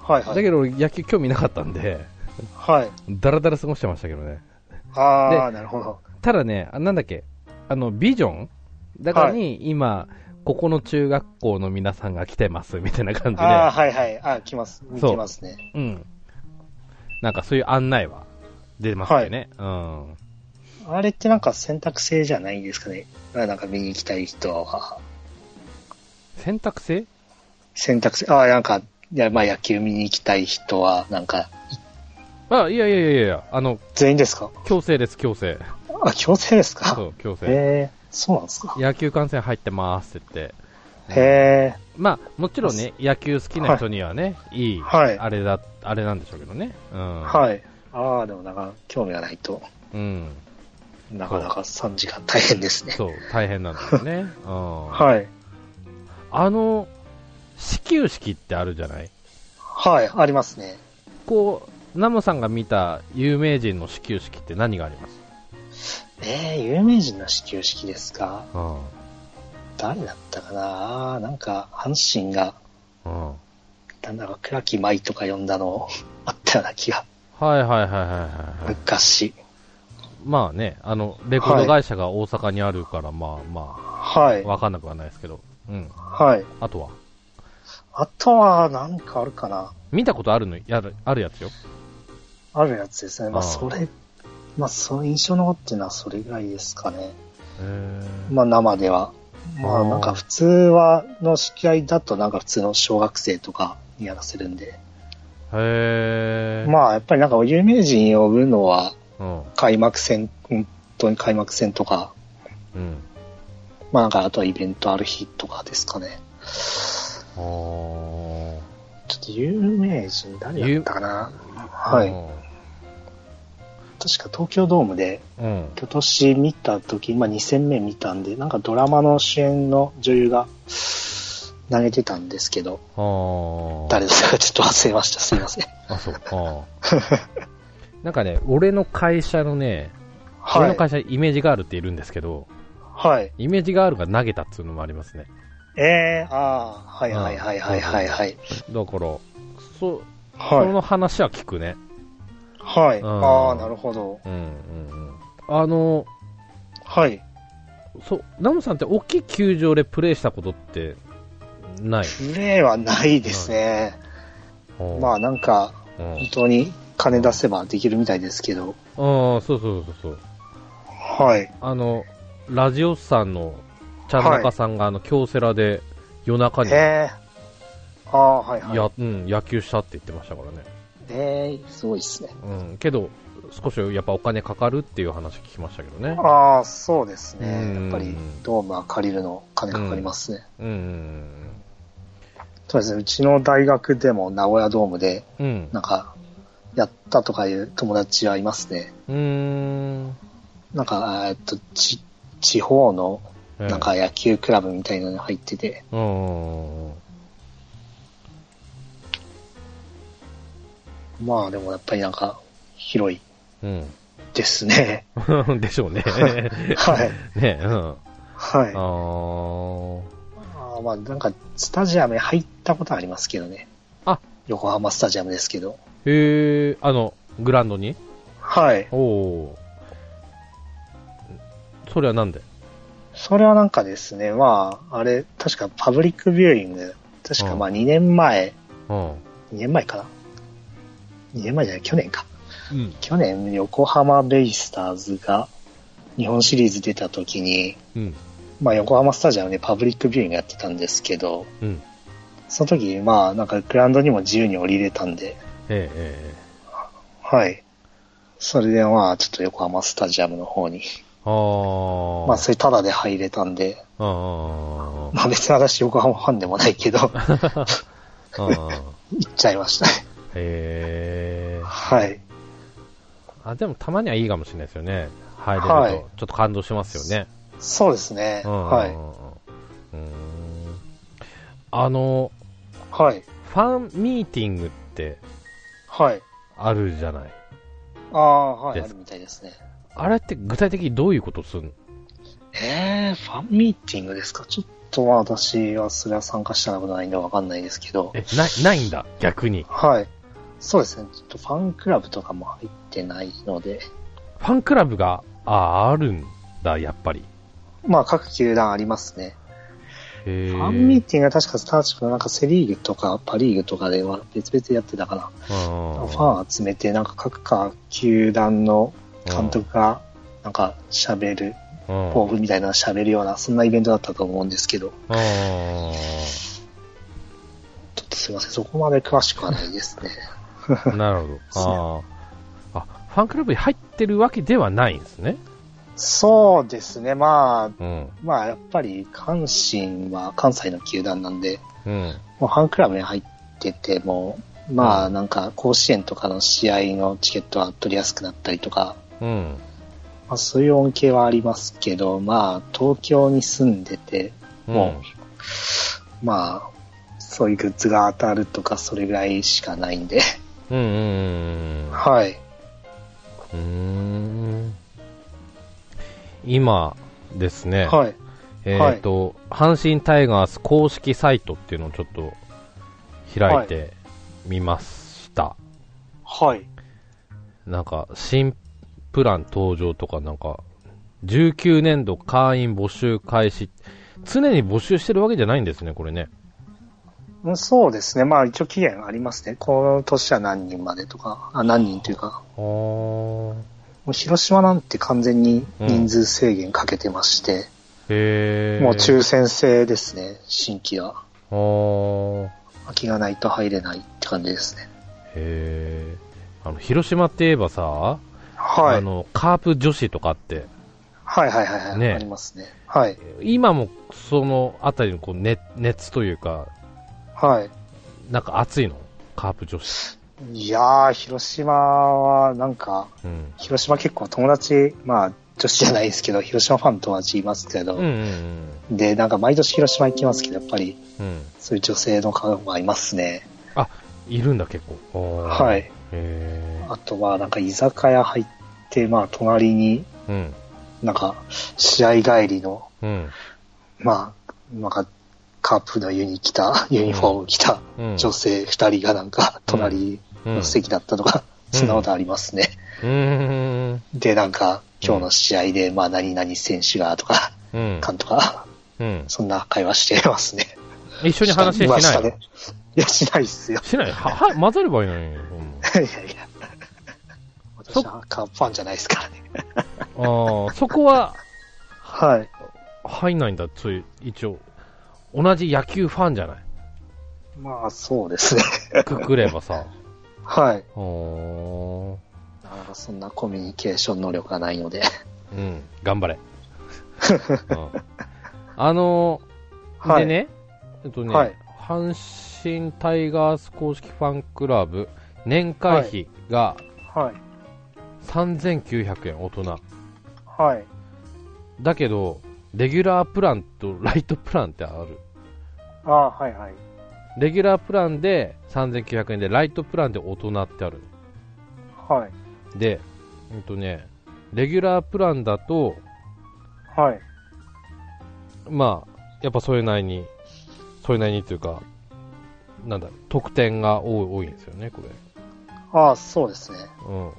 Speaker 2: はいは
Speaker 1: だ
Speaker 2: い。
Speaker 1: けど俺野球興味なかったんで、
Speaker 2: はい。
Speaker 1: だらだら過ごしてましたけどね。
Speaker 2: ああ、なるほど。
Speaker 1: ただね、あなんだっけ、あの、ビジョンだからに、今、ここの中学校の皆さんが来てます、みたいな感じ
Speaker 2: ああ、
Speaker 1: で。
Speaker 2: はいはい。ああ、来ます。
Speaker 1: そう
Speaker 2: 来ますね。
Speaker 1: うん。なんかそういう案内は出ますよね。うん。
Speaker 2: あれってなんか選択制じゃないんですかね。なんか見に行きたい人は。
Speaker 1: 選択制
Speaker 2: 選択制、ああ、なんか、いや、まあ野球見に行きたい人は、なんか、
Speaker 1: あ、いやいやいやいや、あの、
Speaker 2: 全員ですか
Speaker 1: 強制です、強制。
Speaker 2: あ、強制です
Speaker 1: そ
Speaker 2: か
Speaker 1: う、強制。
Speaker 2: へえ、そうなんですか
Speaker 1: 野球観戦入ってますって言って。
Speaker 2: へえ、
Speaker 1: まあ、もちろんね、野球好きな人にはね、いい、
Speaker 2: はい
Speaker 1: あれだ、あれなんでしょうけどね。うん。
Speaker 2: はい。ああ、でもなんか、興味がないと、
Speaker 1: うん。
Speaker 2: なかなか3時間大変ですね。
Speaker 1: そう、大変なんですね。 うん。
Speaker 2: はい。
Speaker 1: あの、始球式ってあるじゃない
Speaker 2: はい、ありますね。
Speaker 1: こう、ナムさんが見た有名人の始球式って何があります
Speaker 2: ええ、有名人の始球式ですか
Speaker 1: うん。
Speaker 2: 誰だったかなああ、なんか、阪神が、
Speaker 1: うん。
Speaker 2: なんだか、倉木舞とか呼んだの あったような気が、
Speaker 1: はいはいはいはいはいはい。
Speaker 2: 昔。
Speaker 1: まあね、あの、レコード会社が大阪にあるから、まあま
Speaker 2: はい
Speaker 1: あ、。わかんなくはないですけど。うん。
Speaker 2: はい。
Speaker 1: あとは
Speaker 2: あとは、なんかあるかな。
Speaker 1: 見たことあるの、やる、あるやつよ。
Speaker 2: あるやつですね。まあ、
Speaker 1: ああ
Speaker 2: それ、まあ、その印象残ってるのはそれぐらいですかね。
Speaker 1: へー
Speaker 2: まあ、生では。ま
Speaker 1: あ
Speaker 2: あ、
Speaker 1: あ
Speaker 2: なんか、普通は、の試合だと、なんか、普通の小学生とかにやらせるんで。
Speaker 1: へー。
Speaker 2: まあ、やっぱりなんか、有名人呼ぶのは、
Speaker 1: うん。
Speaker 2: 開幕戦、本当に開幕戦とか、
Speaker 1: うん。
Speaker 2: まあ、なんか、あとはイベントある日とかですかね。
Speaker 1: あー
Speaker 2: ちょっと有名人誰だったかなはい。確か東京ドームで
Speaker 1: うん。
Speaker 2: 今年見た時、まあ2戦目見たんで、なんかドラマの主演の女優が、投げてたんですけど、
Speaker 1: あー
Speaker 2: 誰だったかちょっと忘れました。すいません。
Speaker 1: あ、そう。あー なんかね、俺の会社のね、俺
Speaker 2: は
Speaker 1: の
Speaker 2: い。
Speaker 1: 会社イメージガールっているんですけど、
Speaker 2: はい。
Speaker 1: イメージガールが投げたっていうのもありますね。
Speaker 2: えー、ああ、はいはいはいはいはいはい。
Speaker 1: だから、そ、そ
Speaker 2: はい。
Speaker 1: の話は聞くね。
Speaker 2: はい。
Speaker 1: うん
Speaker 2: ああ、なるほど。
Speaker 1: うんうんうん。あの、
Speaker 2: はい。
Speaker 1: そう、ナムさんって大きい球場でプレーしたことってない
Speaker 2: プレーはないですね。まあなんか、
Speaker 1: あ、うん、
Speaker 2: 本当に金出せばできるみたいですけど。
Speaker 1: あーそうそうそうそう。
Speaker 2: はい。
Speaker 1: あの、ラジオさんの、ちゃんなかさんが、あの、京セラで夜中にや、
Speaker 2: えー、ああ、はいはい。
Speaker 1: うん、野球したって言ってましたからね。
Speaker 2: えー、すごいですね。
Speaker 1: うん、けど、少しやっぱお金かかるっていう話聞きましたけどね。
Speaker 2: ああ、そうですね。
Speaker 1: うん
Speaker 2: やっぱり、ドームは借りるの金かかりますね。
Speaker 1: うんうん
Speaker 2: そうですね。うちの大学でも名古屋ドームで、
Speaker 1: うん。うん。
Speaker 2: なんか、やったとかいう友達はいますね。
Speaker 1: うーん。
Speaker 2: なんか、えーっと、ち、地方の、
Speaker 1: ええ
Speaker 2: なん、か野球クラブみたいなのに入ってて、
Speaker 1: うん。
Speaker 2: まあでもやっぱりなんか、広い
Speaker 1: うん。
Speaker 2: です ね。
Speaker 1: でしょうね。
Speaker 2: はい。
Speaker 1: ねうん。
Speaker 2: はい。
Speaker 1: あー
Speaker 2: あーまあなんか、スタジアムに入ったことはありますけどね。
Speaker 1: あ
Speaker 2: 横浜スタジアムですけど。
Speaker 1: へえ、あの、グラウンドに
Speaker 2: はい。
Speaker 1: おお。それはなんで
Speaker 2: それはなんかですね、まあ、あれ、確かパブリックビューイング、確かまあ2年前、
Speaker 1: うん。
Speaker 2: 2年前かな ?2 年前じゃない、去年か。
Speaker 1: うん。
Speaker 2: 去年、横浜ベイスターズが日本シリーズ出た時に、
Speaker 1: うん。
Speaker 2: まあ横浜スタジアムでパブリックビューイングやってたんですけど、
Speaker 1: うん。
Speaker 2: その時、まあなんかグラウンドにも自由に降りれたんで、
Speaker 1: えええ
Speaker 2: はい。それでまあちょっと横浜スタジアムの方に、
Speaker 1: え。あー。
Speaker 2: まあそれタダで入れたんで、
Speaker 1: あー。
Speaker 2: まあ別に私横浜ファンでもないけど、行
Speaker 1: あー。
Speaker 2: っちゃいましたね。
Speaker 1: へえ。
Speaker 2: はい。
Speaker 1: あ、でもたまにはいいかもしれないですよね。入れると。
Speaker 2: はい
Speaker 1: ちょっと感動しますよね。
Speaker 2: そうですね。
Speaker 1: うん。
Speaker 2: はい。
Speaker 1: い。うん。あの、
Speaker 2: はい。
Speaker 1: ファンミーティングって
Speaker 2: はい。
Speaker 1: あるじゃない。
Speaker 2: ああ、はい。
Speaker 1: です
Speaker 2: あるみたいですね。
Speaker 1: あれって具体的にどういうことするの
Speaker 2: えー、ファンミーティングですかちょっとまあ私はそれは参加したことないんでわかんないですけど。
Speaker 1: え、ない、ないんだ。逆に。
Speaker 2: はい。そうですね。ちょっとファンクラブとかも入ってないので。
Speaker 1: ファンクラブが、あ、あるんだ、やっぱり。
Speaker 2: まあ各球団ありますね。
Speaker 1: フ
Speaker 2: フ
Speaker 1: ァ
Speaker 2: ァンミーティングは確かスターチのなんかセリーグとかパリーグとかでは別々でやってたかな。ファン集めてなんか各か球団の監督がなんか喋る、
Speaker 1: うん
Speaker 2: 抱負みたいなの喋るような、そんなイベントだったと思うんですけど。
Speaker 1: うん
Speaker 2: ちょっとすいません。そこまで詳しくはないですね。
Speaker 1: なるほど。あーあ、ファンクラブに入ってるわけではないんですね。
Speaker 2: そうですね。まあ、
Speaker 1: うん。
Speaker 2: まあ、やっぱり、関心は関西の球団なんで、
Speaker 1: うん。
Speaker 2: もうファンクラブに入ってても、まあ、なんか、甲子園とかの試合のチケットは取りやすくなったりとか、
Speaker 1: うん。
Speaker 2: まあ、そういう恩恵はありますけど、まあ、東京に住んでて、もまあ、そういうグッズが当たるとか、それぐらいしかないんで、
Speaker 1: うん。うんうん
Speaker 2: はい。
Speaker 1: うんうん。うーん今ですね、
Speaker 2: はい。
Speaker 1: えっ、と、阪神タイガース公式サイトっていうのをちょっと開いてみました。
Speaker 2: はい。
Speaker 1: なんか、新プラン登場とか、なんか、19年度会員募集開始。常に募集してるわけじゃないんですね、これね。
Speaker 2: うんそうですね。まあ、一応期限ありますね。この年は何人までとか、あ、何人というか、
Speaker 1: あー。
Speaker 2: もう広島なんて完全に人数制限かけてまして、
Speaker 1: へー。
Speaker 2: もう抽選制ですね、新規は。
Speaker 1: あー。
Speaker 2: 空きがないと入れないって感じですね。
Speaker 1: へー。あの、広島って言えばさ、
Speaker 2: はい。
Speaker 1: あの、カープ女子とかって、
Speaker 2: はいはいはいはい。
Speaker 1: ね
Speaker 2: ありますね。はい。
Speaker 1: 今もそのあたりのこう熱熱というか、
Speaker 2: はい。
Speaker 1: なんか熱いのカープ女子。
Speaker 2: いやー、広島はなんか、
Speaker 1: うん。
Speaker 2: 広島結構友達、まあ、女子じゃないですけど、広島ファン友達いますけど、
Speaker 1: うんうん
Speaker 2: で、なんか毎年広島行きますけど、やっぱり
Speaker 1: うん。うん。
Speaker 2: そういう女性の方がいますね。
Speaker 1: いるんだ、結構。おー
Speaker 2: はい。
Speaker 1: へ
Speaker 2: あとは、なんか居酒屋入って、まあ、隣に、
Speaker 1: ーうん。
Speaker 2: なんか、試合帰りの、
Speaker 1: うん。
Speaker 2: まあ、なんか、カープのユニ着た、ユニフォーム着た
Speaker 1: うん。
Speaker 2: 女性二人がなんか、隣の席だったとか、
Speaker 1: うん
Speaker 2: そんなことありますね。
Speaker 1: うん。うん。
Speaker 2: で、なんか、今日の試合で、まあ、何々選手が、とか、
Speaker 1: うん。
Speaker 2: 監督が、
Speaker 1: うん。
Speaker 2: そんな会話してますね。
Speaker 1: 一緒に話し
Speaker 2: い
Speaker 1: て
Speaker 2: ま
Speaker 1: な
Speaker 2: た
Speaker 1: いの
Speaker 2: ね。いや、しないっすよ。
Speaker 1: しないは、 は、混ざればいいのに。うん
Speaker 2: いやいや。私はカープファンじゃないですからね。
Speaker 1: ああ、そこは
Speaker 2: はい。
Speaker 1: 入んないんだ、つい、一応。同じ野球ファンじゃない。
Speaker 2: まあ、そうですね。
Speaker 1: くくればさ。
Speaker 2: はい。
Speaker 1: おー
Speaker 2: なかなかそんなコミュニケーション能力がないので。
Speaker 1: うん、頑張 れ。うんあのー
Speaker 2: はい
Speaker 1: でね、えっとね、
Speaker 2: はい
Speaker 1: 阪神タイガース公式ファンクラブ年会費が
Speaker 2: はい。
Speaker 1: 3900円、大人。
Speaker 2: はい。
Speaker 1: だけど、レギュラープランとライトプランってある。
Speaker 2: ああ、はいはい。
Speaker 1: レギュラープランで3900円で、ライトプランで大人ってある。
Speaker 2: はい。
Speaker 1: で、うんとね、レギュラープランだと、
Speaker 2: はい。
Speaker 1: まあ、やっぱそれなりに、それなりにというか、なんだ、得点が多い多いんですよね、これ。
Speaker 2: ああ、そうですね。
Speaker 1: うん。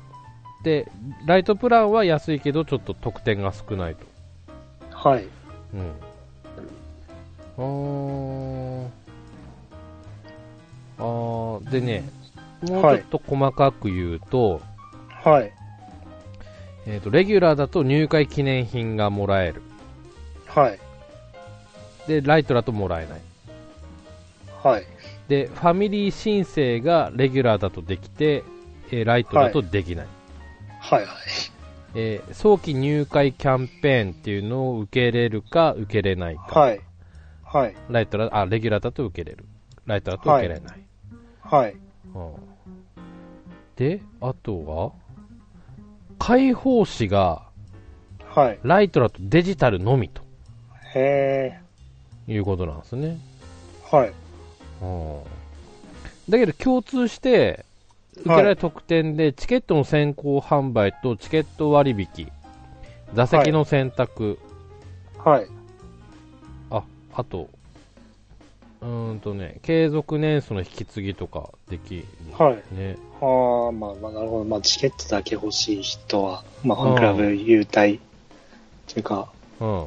Speaker 1: で、ライトプランは安いけど、ちょっと得点が少ないと。
Speaker 2: はい。
Speaker 1: うん。あー。あーでね、もうちょ
Speaker 2: は
Speaker 1: っ
Speaker 2: い
Speaker 1: と細かく言うと、
Speaker 2: はい。
Speaker 1: えっ、と、レギュラーだと入会記念品がもらえる。
Speaker 2: はい。
Speaker 1: で、ライトだともらえない。
Speaker 2: はい。
Speaker 1: で、ファミリー申請がレギュラーだとできて、えーライトだとできない。
Speaker 2: はい。はい。
Speaker 1: えー早期入会キャンペーンっていうのを受けれるか受けれないか、
Speaker 2: はい。はい。
Speaker 1: ライトだあレギュラーだと受けれるライトだと受けれない、
Speaker 2: はい。
Speaker 1: うん、であとは開放誌が
Speaker 2: はい。
Speaker 1: ライトだとデジタルのみと
Speaker 2: へえ。
Speaker 1: いうことなんですね、
Speaker 2: はい。
Speaker 1: うん、だけど共通して受けられる特典でチケットの先行販売とチケット割引座席の選択、
Speaker 2: はい。
Speaker 1: あ、あと、うーんとね、継続年数の引き継ぎとかでき
Speaker 2: はい。
Speaker 1: るね。
Speaker 2: ああ、まあ、まあ、なるほど。まあ、チケットだけ欲しい人は、まあ、ファンクラブ優待というか、
Speaker 1: うん。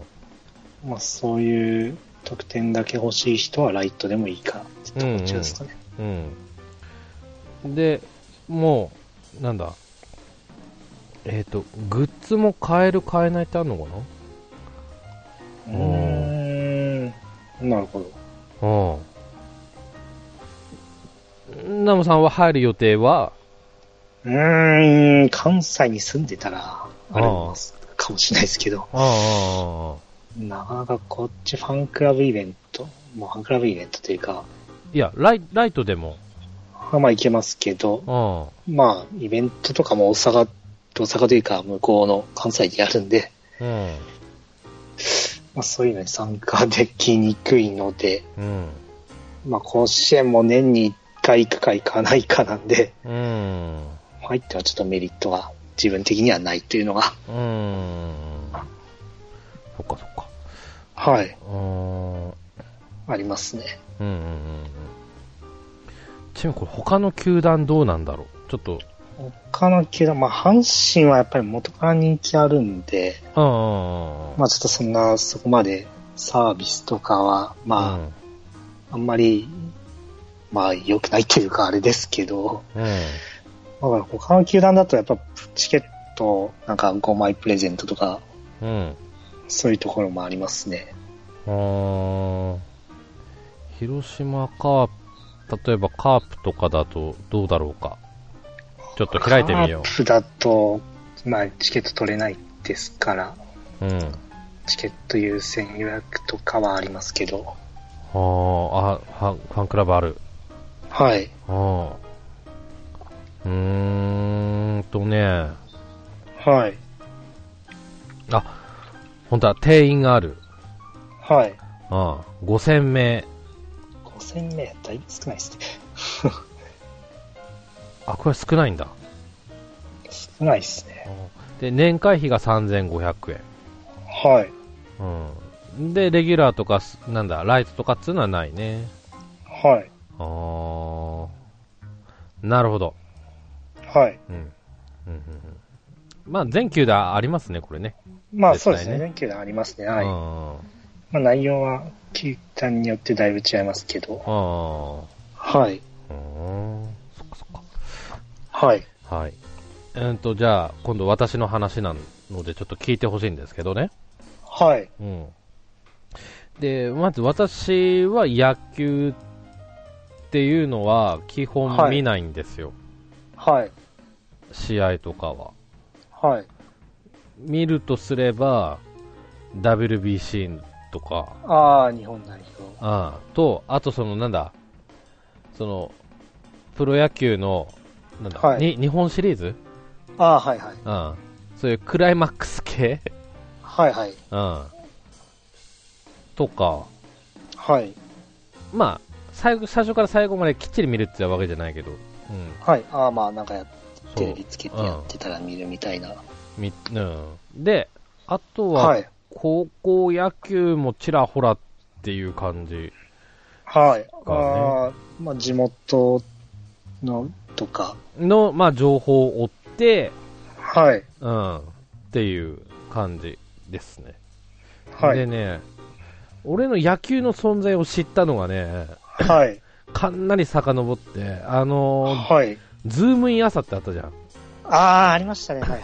Speaker 2: まあ、そういう特典だけ欲しい人はライトでもいいかってとこっちですかね。
Speaker 1: うん。で、もう、なんだ、えっ、と、グッズも買える、買えないってあるのかな
Speaker 2: う
Speaker 1: うん
Speaker 2: ーん。なるほど。
Speaker 1: うん。ナムさんは入る予定は、
Speaker 2: うーん、関西に住んでたら、あれますかもしれないですけど、
Speaker 1: ああ、
Speaker 2: なかなかこっちファンクラブイベント、もうファンクラブイベントというか、
Speaker 1: いや、ライライトでも、
Speaker 2: まあ行けますけど、
Speaker 1: うん。
Speaker 2: まあ、イベントとかも大阪、大阪というか向こうの関西でやるんで、
Speaker 1: うん。
Speaker 2: まあそういうのに参加できにくいので、
Speaker 1: うん。
Speaker 2: まあ甲子園も年に1回行くか行かないかなんで、
Speaker 1: うん。
Speaker 2: 入ってはちょっとメリットは自分的にはないというのが、
Speaker 1: うーん。そっかそっか。
Speaker 2: はい、
Speaker 1: うーん。うん
Speaker 2: ありますね。
Speaker 1: うんうんうん。ちなみにこれ他の球団どうなんだろうちょっと、
Speaker 2: 他の球団、まあ阪神はやっぱり元から人気あるんで、
Speaker 1: うんうんうん。
Speaker 2: まあちょっとそんな、そこまでサービスとかは、まあ、あんまり、まあ良くないというかあれですけど、
Speaker 1: うん。うん。
Speaker 2: だから他の球団だとやっぱチケットなんか5枚プレゼントとか、
Speaker 1: うん。
Speaker 2: そういうところもありますね。
Speaker 1: うーん。広島カープ、例えばカープとかだとどうだろうか。ちょっと開いてみよ
Speaker 2: カープだと、まあチケット取れないですから、
Speaker 1: う。うん。
Speaker 2: チケット優先予約とかはありますけど、
Speaker 1: あーあ、ファンファンクラブある。
Speaker 2: はい。
Speaker 1: あーうーんとね、
Speaker 2: はい。
Speaker 1: う本当は定員がある。
Speaker 2: はい。
Speaker 1: ああ5000名。
Speaker 2: 5000名やったら少ないですね。
Speaker 1: あ、これ少ないんだ。
Speaker 2: 少ないですね。
Speaker 1: で、年会費が3500
Speaker 2: はい。
Speaker 1: 円。うん。で、レギュラーとかす、なんだ、ライトとかっつうのはないね。
Speaker 2: はい。
Speaker 1: あー。なるほど。
Speaker 2: はい。
Speaker 1: うん。うんうんうん。まあ、全球でありますね、これね。
Speaker 2: まあ
Speaker 1: 絶対
Speaker 2: そう
Speaker 1: ね
Speaker 2: ですね。連携がありますね。はい。
Speaker 1: うん。
Speaker 2: まあ内容は球団によってだいぶ違いますけど。
Speaker 1: あ
Speaker 2: はい。
Speaker 1: ー。うん。そっかそっ
Speaker 2: はい。
Speaker 1: か。はい。えー、と、じゃあ、今度私の話なので、ちょっと聞いてほしいんですけどね。
Speaker 2: はい。
Speaker 1: うん。で、まず私は野球っていうのは基本見ないんですよ。
Speaker 2: はい。
Speaker 1: 試合とかは。
Speaker 2: はい。
Speaker 1: 見るとすれば、WBC とか、
Speaker 2: ああ、日本代表。
Speaker 1: ああと、あとそのなんだ、その、プロ野球の、なんだ、
Speaker 2: はい
Speaker 1: に日本シリーズ
Speaker 2: ああ、はいはい。
Speaker 1: うん。そういうクライマックス系
Speaker 2: はいはい。
Speaker 1: うん。とか、
Speaker 2: はい。
Speaker 1: まあ、最後、最初から最後まできっちり見るってわけじゃないけど、うん。
Speaker 2: はい。ああ、まあなんかや
Speaker 1: そう
Speaker 2: テレビつけてやってたら見るみたいな。
Speaker 1: みうん。で、あと
Speaker 2: は
Speaker 1: は、
Speaker 2: い。
Speaker 1: 高校野球もちらほらっていう感じ。
Speaker 2: はい。
Speaker 1: ね
Speaker 2: ああ、まあ地元のとか。
Speaker 1: の、まあ、情報を追って、
Speaker 2: はい。
Speaker 1: うん、っていう感じですね。
Speaker 2: は
Speaker 1: で
Speaker 2: い。
Speaker 1: ね、俺の野球の存在を知ったのがね、
Speaker 2: はい。
Speaker 1: かなり遡って、あのー
Speaker 2: はい。
Speaker 1: ズームイン朝ってあったじゃん。
Speaker 2: ああ、ありましたね。はいはい。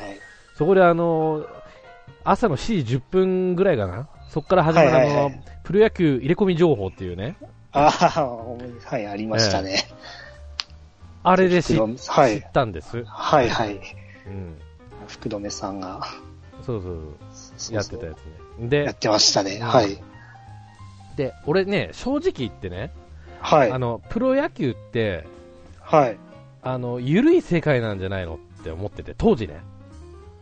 Speaker 1: そこであのー朝の7時10分ぐらいかな。そこから始まる、
Speaker 2: はいはいはい
Speaker 1: あのープロ野球入れ込み情報っていうね、
Speaker 2: ああ、思いはい、ありましたね。
Speaker 1: あれで知
Speaker 2: 福留は
Speaker 1: 知
Speaker 2: い。
Speaker 1: ったんです。
Speaker 2: はいはい。
Speaker 1: うん。
Speaker 2: 福留さんが、
Speaker 1: そうそうそう。やって
Speaker 2: そう
Speaker 1: た
Speaker 2: そう
Speaker 1: やつね。
Speaker 2: や
Speaker 1: で、
Speaker 2: ってましたね。はい。
Speaker 1: で、俺ね、正直言ってね、
Speaker 2: はい
Speaker 1: あ。の、プロ野球って、
Speaker 2: はい。
Speaker 1: あの、ゆるい世界なんじゃないのって思ってて、当時ね、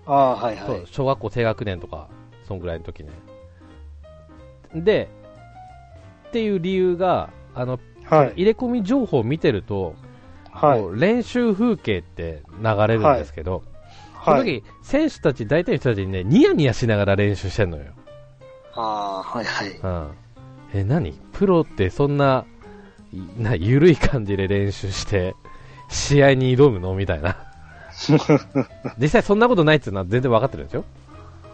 Speaker 2: ああ、はいは
Speaker 1: そう
Speaker 2: い。
Speaker 1: 小学校低学年とか、そんぐらいの時ね。で、っていう理由が、あの、
Speaker 2: はい。
Speaker 1: 入れ込み情報を見てると、
Speaker 2: はい
Speaker 1: も。う練習風景って流れるんですけど、
Speaker 2: は
Speaker 1: その
Speaker 2: い。
Speaker 1: 時、選手たち、大体の人たちにね、ニヤニヤしながら練習してんのよ。
Speaker 2: ああ、はいはい。
Speaker 1: うん。え、何プロってそんな、いな、ゆるい感じで練習して、試合に挑むのみたい な。実際そんなことないっていうのは全然分かってるんですよ。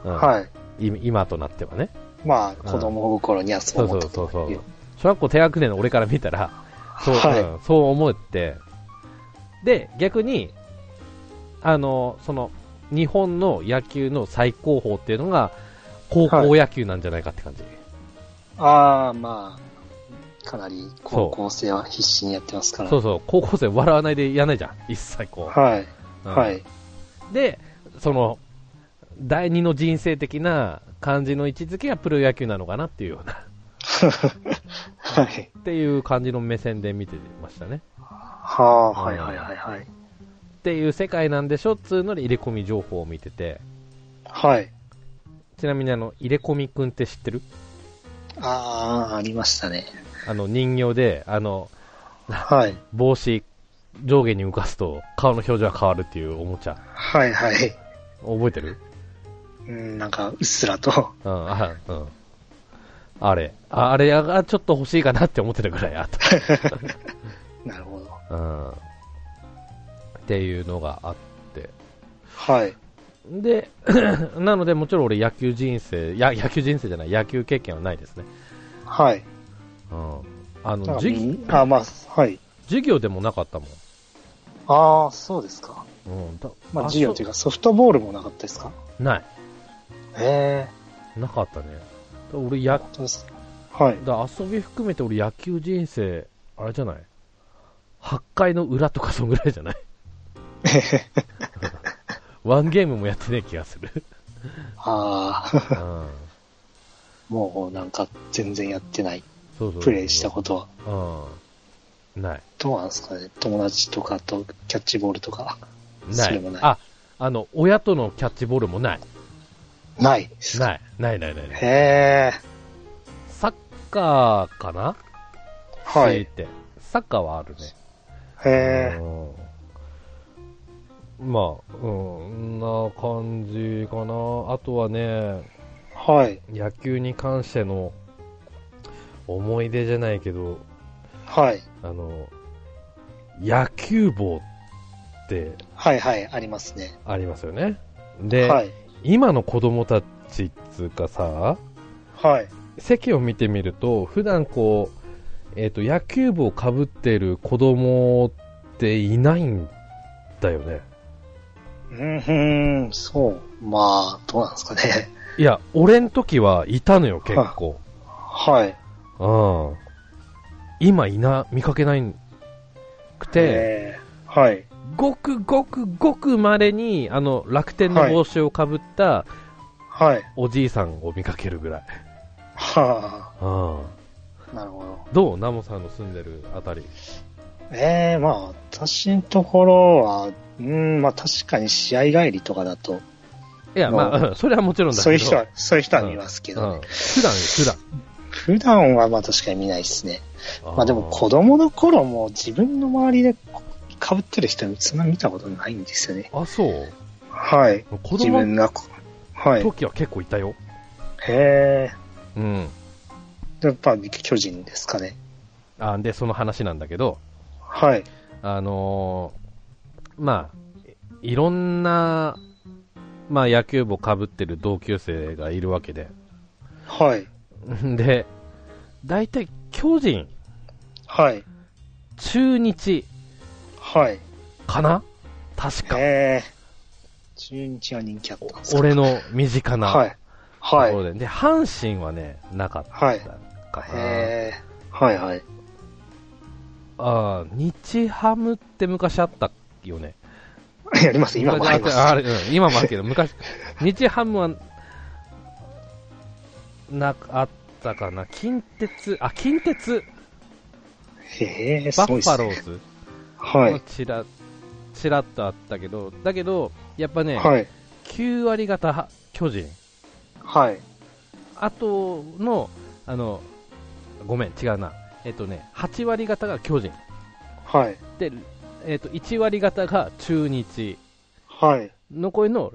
Speaker 1: うん
Speaker 2: はい。
Speaker 1: い今となってはね。
Speaker 2: まあ、子供心にはそう思ったと
Speaker 1: そうそうそう
Speaker 2: い
Speaker 1: そうう。小学校低学年の俺から見たら、そう、
Speaker 2: はい
Speaker 1: うんそう思って。で、逆に、あの、その、日本の野球の最高峰っていうのが、高校野球なんじゃないかって感じ。
Speaker 2: ああ、まあ、かなり高校生は必死にやってますから。
Speaker 1: そうそう、高校生笑わないでやんないじゃん、一切こう。
Speaker 2: はい。
Speaker 1: うん
Speaker 2: はい。
Speaker 1: で、その、第二の人生的な感じの位置づけがプロ野球なのかなっていうような、
Speaker 2: はい。
Speaker 1: っていう感じの目線で見てましたね。
Speaker 2: はあ、はいはいはいはい。
Speaker 1: っていう世界なんでしょっつうので入れ込み情報を見てて、
Speaker 2: はい。
Speaker 1: ちなみにあの、入れ込みくんって知ってる
Speaker 2: ああ、ありましたね。
Speaker 1: あの、人形で、あの、
Speaker 2: はい。
Speaker 1: 帽子上下に浮かすと顔の表情が変わるっていうおもちゃ。
Speaker 2: はいはい。
Speaker 1: 覚えてる
Speaker 2: うん、なんか、うっすらと。
Speaker 1: うん、あ、うん。あれ、ああれがちょっと欲しいかなって思ってたぐらいあった。
Speaker 2: なるほど。
Speaker 1: うんっていうのがあって。
Speaker 2: はい。
Speaker 1: で、 なのでもちろん俺野球人生、や野球人生じゃない、野球経験はないですね。
Speaker 2: はい。
Speaker 1: うん。あ
Speaker 2: なん
Speaker 1: の、
Speaker 2: か
Speaker 1: じ
Speaker 2: みあ、まあ、はい。
Speaker 1: 授業でもなかったも
Speaker 2: ああ、そうですか。
Speaker 1: ん。うん。だ
Speaker 2: まあ、授業というか、ソフトボールもなかったですか
Speaker 1: そうない。
Speaker 2: へえ、
Speaker 1: なかったね。だ俺や、
Speaker 2: そうですか。はい。
Speaker 1: だ遊び含めて俺野球人生、あれじゃない ?8 回の裏とかそんぐらいじ ゃないワンゲームもやってねえ気がする。
Speaker 2: ああ、
Speaker 1: うん。
Speaker 2: もうなんか全然やってない。
Speaker 1: そうそう。
Speaker 2: プレイしたことは。
Speaker 1: と。うん。ない。
Speaker 2: どうなんですかね友達とかとキャッチボールとか。
Speaker 1: な
Speaker 2: それ
Speaker 1: い
Speaker 2: もない
Speaker 1: あ、あの、親とのキャッチボールもない。
Speaker 2: ないですか。
Speaker 1: ない。ないないないない。
Speaker 2: へえ。
Speaker 1: サッカーかな
Speaker 2: は
Speaker 1: 強
Speaker 2: い。
Speaker 1: て。サッカーはあるね。
Speaker 2: へえ。
Speaker 1: うんまあ、うん、な感じかな。あとはね、
Speaker 2: はい。
Speaker 1: 野球に関しての思い出じゃないけど、
Speaker 2: はい。
Speaker 1: あの、野球帽って
Speaker 2: はいはい。ありますね。
Speaker 1: ありますよね。で、
Speaker 2: はい。
Speaker 1: 今の子供たちっつうかさ、
Speaker 2: はい。
Speaker 1: 席を見てみると、普段こう、えっ、と、野球部をかぶってる子供っていないんだよね。
Speaker 2: うんふん、そう。まあ、どうなんですかね。
Speaker 1: いや、俺ん時はいたのよ、結構。
Speaker 2: はい。
Speaker 1: うん。今いな、見かけないくて、
Speaker 2: えー、はい。
Speaker 1: ごくごくごく稀に、あの、楽天の帽子をかぶった
Speaker 2: はい。
Speaker 1: おじいさんを見かけるぐらい。
Speaker 2: は
Speaker 1: うん。
Speaker 2: あ、なるほど。
Speaker 1: どうナモさんの住んでるあたり。
Speaker 2: ええー、まあ、私のところは、うん、まあ確かに試合帰りとかだと、
Speaker 1: いや、まあ、うんそれはもちろんだけど。
Speaker 2: そういう人は、そういう人は見ますけ
Speaker 1: う
Speaker 2: ど、
Speaker 1: ん。普段よ、普段。
Speaker 2: 普段はまあ確かに見ないですね。まあでも子
Speaker 1: 供。
Speaker 2: 供の頃も自分の周りで被ってる人そんな見たことないんですよね。
Speaker 1: あ、そう
Speaker 2: はい。
Speaker 1: 子
Speaker 2: 自
Speaker 1: 供
Speaker 2: 分
Speaker 1: の
Speaker 2: がこ、はい。
Speaker 1: 時は結構いたよ。
Speaker 2: へえ。
Speaker 1: うん。
Speaker 2: やっぱ巨人ですかね。
Speaker 1: あで、その話なんだけど、
Speaker 2: はい。
Speaker 1: あのーまあ、いいろんな、まあ野球部を被ってる同級生がいるわけで。
Speaker 2: はい。
Speaker 1: で、大体巨人、
Speaker 2: はい。
Speaker 1: 中日、
Speaker 2: はい。
Speaker 1: かな確か。
Speaker 2: ええ。中日は人気あったんですか
Speaker 1: 俺の身近な。
Speaker 2: はい。は
Speaker 1: と
Speaker 2: い
Speaker 1: こ。ろで、で、阪神はね、なかった
Speaker 2: はい。
Speaker 1: かな。
Speaker 2: へえ。はいはい。
Speaker 1: ああ、日ハムって昔あったよね。
Speaker 2: やります。今もあります。
Speaker 1: ああれうん今もあるけど、 昔、日ハムは、な、あったかな。近鉄、あ、近鉄、
Speaker 2: へえ、す
Speaker 1: バ
Speaker 2: ごい
Speaker 1: ッ
Speaker 2: で
Speaker 1: ファ
Speaker 2: す
Speaker 1: ロー
Speaker 2: ね。
Speaker 1: ズ
Speaker 2: はい
Speaker 1: も。ちら、ちらっとあったけど、だけど、やっぱね、
Speaker 2: はい。
Speaker 1: 9割方巨人。
Speaker 2: はい。
Speaker 1: あとの、あの、ごめん、違うな。えっとね、8割方が巨人。
Speaker 2: はい。
Speaker 1: で、えっと、1割方が中日。
Speaker 2: はい。
Speaker 1: 残りの、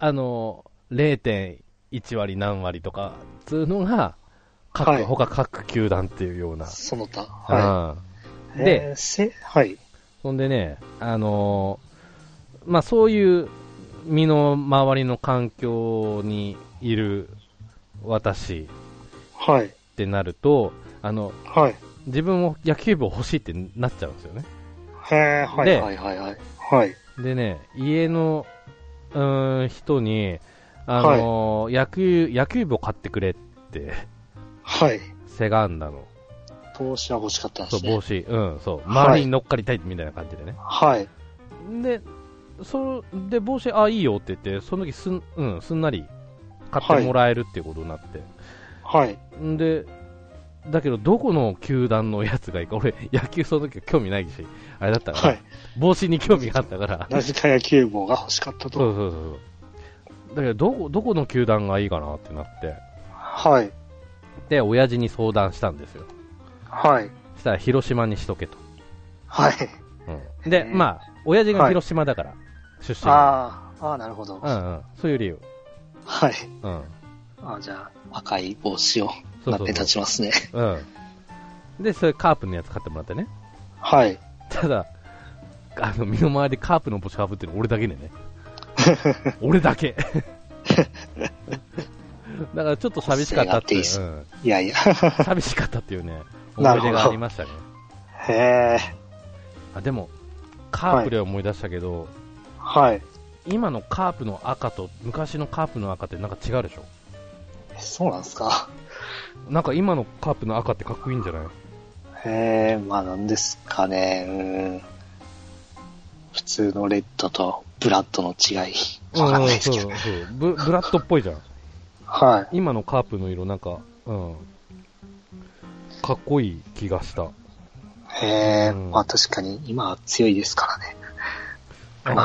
Speaker 1: あの、0.1割何割とか、つうのが、各、
Speaker 2: はい
Speaker 1: 他各球団っていうような。
Speaker 2: その他。は
Speaker 1: う
Speaker 2: い。
Speaker 1: んで、
Speaker 2: えー、せ、はい。
Speaker 1: そんでね、あのーまあ、そういう、身の回りの環境にいる私
Speaker 2: はい。
Speaker 1: ってなると、あの、
Speaker 2: はい。
Speaker 1: 自分も野球部欲しいってなっちゃうんですよね。
Speaker 2: へえ、は
Speaker 1: で
Speaker 2: いはいはいはい。はい。
Speaker 1: でね、家の、うーん、人に、あのー野球、野球部を買ってくれって、
Speaker 2: はい。
Speaker 1: せがんだの。
Speaker 2: 帽子は欲しかったんで
Speaker 1: そう、
Speaker 2: すね
Speaker 1: 帽。子。うん、そう。
Speaker 2: はい
Speaker 1: 周りに乗っかりたいみたいな感じでね。
Speaker 2: はい。
Speaker 1: で、そで、帽子、あ、いいよって言って、その時すん、うん、すんなり買ってもらえるっていうことになって。
Speaker 2: はい。
Speaker 1: んで、だけど、どこの球団のやつがいいか、俺、野球その時は興味ないし、あれだったから、
Speaker 2: はい。
Speaker 1: 帽子に興味があったから、
Speaker 2: なぜか野球帽が欲しかった
Speaker 1: そ
Speaker 2: と。
Speaker 1: うそうそうそう。だけど、どこ、どこの球団がいいかなってなって、
Speaker 2: はい。
Speaker 1: で、親父に相談したんですよ。
Speaker 2: はい。
Speaker 1: したら、広島にしとけと。
Speaker 2: はい。
Speaker 1: で、
Speaker 2: えー
Speaker 1: まあ、親父が広島だから、出身が。
Speaker 2: ああ、ああ、なるほど
Speaker 1: う。んうん、そういう理由。
Speaker 2: はい。
Speaker 1: うん。
Speaker 2: ああ、じゃあ、赤い帽子を、
Speaker 1: そう
Speaker 2: な
Speaker 1: そう
Speaker 2: って立ちますね。
Speaker 1: うん。で、それカープのやつ買ってもらってね。
Speaker 2: はい。
Speaker 1: ただ、あの、身の回りでカープの帽子かぶってるの俺だ けでね。俺だけ。だからちょっと寂しかったっていう、
Speaker 2: 個性
Speaker 1: うん
Speaker 2: いや いや。
Speaker 1: 寂しかったっていうね、
Speaker 2: な
Speaker 1: 思
Speaker 2: る
Speaker 1: い出
Speaker 2: ほど
Speaker 1: がありましたね。
Speaker 2: へえ。
Speaker 1: あでも、カープで思い出したけど、
Speaker 2: はい。
Speaker 1: 今のカープの赤と昔のカープの赤ってなんか違うでしょ
Speaker 2: そうなんですか。
Speaker 1: なんか今のカープの赤ってかっこいいんじゃない
Speaker 2: へえ、まあなんですかね。うん。普通のレッドとブラッドの違い。わかんないです
Speaker 1: そう
Speaker 2: け
Speaker 1: そ
Speaker 2: ど。
Speaker 1: うブ。ブラッドっぽいじゃん。
Speaker 2: はい。
Speaker 1: 今のカープの色なんか、うん、かっこいい気がした。
Speaker 2: へえ、
Speaker 1: うん
Speaker 2: まあ確かに今は強いですからね。ま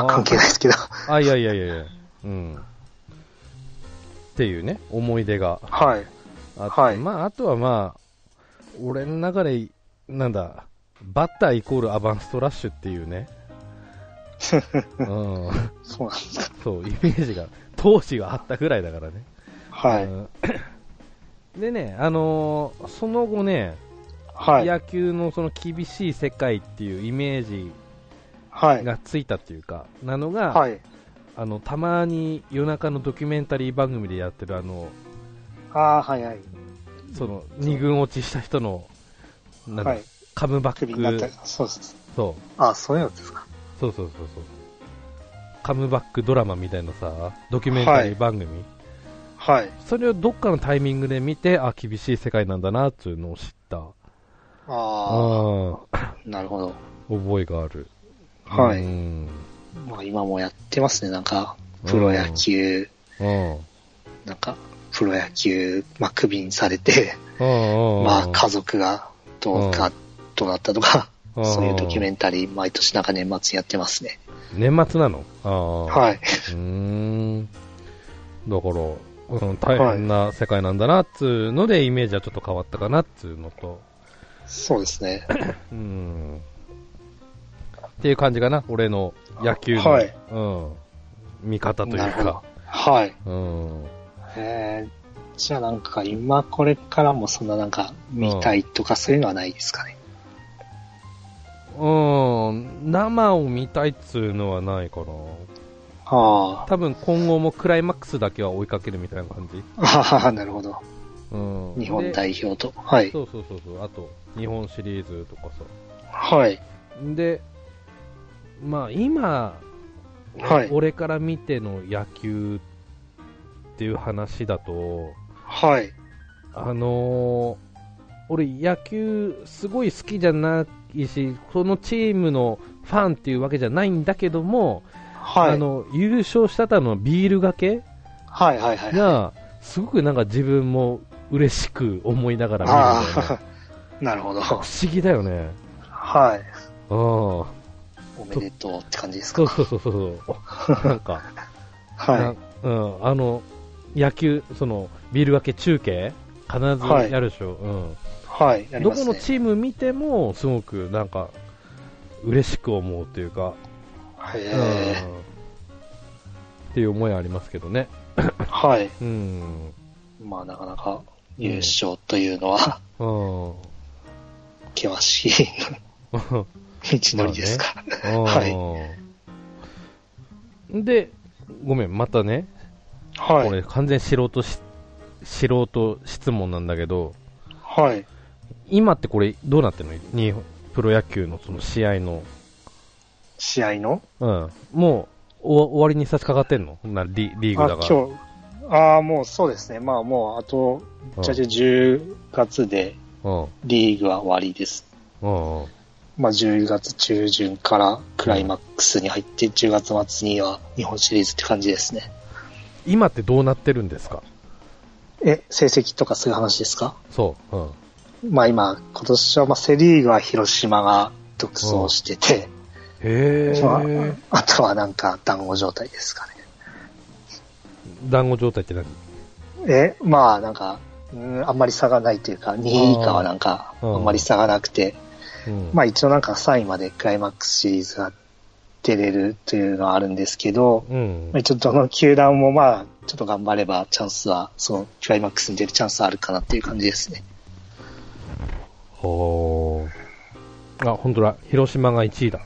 Speaker 1: あ
Speaker 2: あ
Speaker 1: ー
Speaker 2: 関係ないですけど。
Speaker 1: あ、いやいやいやいや、うん。っていうね、思い出が
Speaker 2: はい。
Speaker 1: あって、
Speaker 2: はい
Speaker 1: まあ、あとはまあ、俺の中で、なんだ、バッターイコールアバンストラッシュっていう ね、うん、
Speaker 2: そうなんですか。
Speaker 1: そう、イメージが、当時はあったぐらいだからね。
Speaker 2: は
Speaker 1: うん
Speaker 2: い。
Speaker 1: でね、あのーその後ね、
Speaker 2: はい。
Speaker 1: 野球のその厳しい世界っていうイメージ
Speaker 2: はい。
Speaker 1: がついたっていうか、なのが、
Speaker 2: はい。
Speaker 1: あのたまに夜中のドキュメンタリー番組でやってるあの
Speaker 2: ああ、はいはい。
Speaker 1: その二軍落ちした人のなんだ
Speaker 2: はい。
Speaker 1: カムバッ
Speaker 2: クビになっ
Speaker 1: ク
Speaker 2: たり。そうです。
Speaker 1: そう
Speaker 2: あそういうのですか。
Speaker 1: そうそうそうそうカムバックドラマみたいなさドキュメンタリー番組、
Speaker 2: はい。
Speaker 1: それをどっかのタイミングで見てあ厳しい世界なんだなっていうのを知った
Speaker 2: あ
Speaker 1: あ
Speaker 2: あ、なるほど。
Speaker 1: 覚えがある
Speaker 2: はい
Speaker 1: うん
Speaker 2: まあ今もやってますね、なんか、プロ野球、
Speaker 1: うんうん
Speaker 2: なんか、プロ野球、まあ、クビにされて、
Speaker 1: うんうん
Speaker 2: まあ、家族がどう
Speaker 1: う
Speaker 2: か、どうなったとか、
Speaker 1: うん
Speaker 2: そういうドキュメンタリー、毎年なんか年末やってますね。
Speaker 1: 年末なのああ
Speaker 2: はい。
Speaker 1: うーんだから、うん、大変な世界なんだなっつうので、イメージはちょっと変わったかなっつうのと、
Speaker 2: そうですね。
Speaker 1: うん。っていう感じかな、俺の野球の、
Speaker 2: はい
Speaker 1: うん、見方という
Speaker 2: なるほ
Speaker 1: か
Speaker 2: ど。。はい。
Speaker 1: うん。
Speaker 2: えー、じゃあなんか今これからもそんななんか見たいとかそういうのはないですかね。
Speaker 1: うん、生を見たいっつうのはないかな。
Speaker 2: あ
Speaker 1: 多分今後もクライマックスだけは追いかけるみたいな感じ。
Speaker 2: あ、ああ、なるほど。
Speaker 1: うん。
Speaker 2: 日本
Speaker 1: で
Speaker 2: 代表と。はい。
Speaker 1: そうそうそうそう。あと、日本シリーズとかさ。
Speaker 2: はい。
Speaker 1: で、まあ今、
Speaker 2: はい
Speaker 1: 俺から見ての野球っていう話だと、
Speaker 2: はい。
Speaker 1: あのー俺野球すごい好きじゃないし、このチームのファンっていうわけじゃないんだけども、
Speaker 2: はい。
Speaker 1: あの優勝したたのビールがけ
Speaker 2: はいはいはい。
Speaker 1: が、すごくなんか自分も嬉しく思いながら見
Speaker 2: あ
Speaker 1: るんだよね
Speaker 2: あ、 なるほど。
Speaker 1: 不思議だよね。
Speaker 2: はい。
Speaker 1: うん。
Speaker 2: おめでとうって感じです
Speaker 1: そ
Speaker 2: か。
Speaker 1: うそうそうそうそ う。なんか、
Speaker 2: は。
Speaker 1: ないうん、あの野球、そのビール分け中継、必ずやるでしょ、
Speaker 2: はい。や
Speaker 1: うん、ど
Speaker 2: りま
Speaker 1: こ
Speaker 2: す
Speaker 1: の
Speaker 2: ね。
Speaker 1: チーム見ても、すごくなんか、嬉しく思うというか、
Speaker 2: へ
Speaker 1: う
Speaker 2: え。
Speaker 1: ん、っていう思いはありますけどね、
Speaker 2: はい。
Speaker 1: うん、
Speaker 2: まあなかなか優勝というのは
Speaker 1: うん、
Speaker 2: 険しい 道のりですか。
Speaker 1: はい、で、ごめん、またね、
Speaker 2: は
Speaker 1: こ
Speaker 2: い。
Speaker 1: れ、完全素人し素人質問なんだけど、
Speaker 2: はい。
Speaker 1: 今ってこれどうなってるの日本プロ野球のその試合の、
Speaker 2: 試合の
Speaker 1: うん、もうお終わりに差し掛かってんのなリリーグ
Speaker 2: あ、
Speaker 1: だ
Speaker 2: 今
Speaker 1: から。
Speaker 2: 日、ああ、もうそうですね。まあもう、あと、じゃじゃ10月で
Speaker 1: うん
Speaker 2: リーグは終わりです。
Speaker 1: うんうん
Speaker 2: まあ10月中旬からクライマックスに入って、10月末には日本シリーズって感じですね。
Speaker 1: 今ってどうなってるんですか
Speaker 2: え、成績とかそういう話ですか
Speaker 1: そう。うん
Speaker 2: まあ今、今年はまあセリーグは広島が独走してて、
Speaker 1: へ
Speaker 2: ま
Speaker 1: え。
Speaker 2: あ、あとはなんか団子状態ですかね。
Speaker 1: 団子状態って何
Speaker 2: え、まあなんか、うんあんまり差がないというか、2位以下はなんか、
Speaker 1: うん
Speaker 2: あんまり差がなくて、
Speaker 1: うん
Speaker 2: まあ一応なんか3位までクライマックスシリーズが出れるというのはあるんですけど、
Speaker 1: うん
Speaker 2: まあ、。ちょっとどの球団もまあ、ちょっと頑張ればチャンスは、そのクライマックスに出るチャンスはあるかなっていう感じですね。
Speaker 1: ほー。あ、本当だ。広島が1位だ。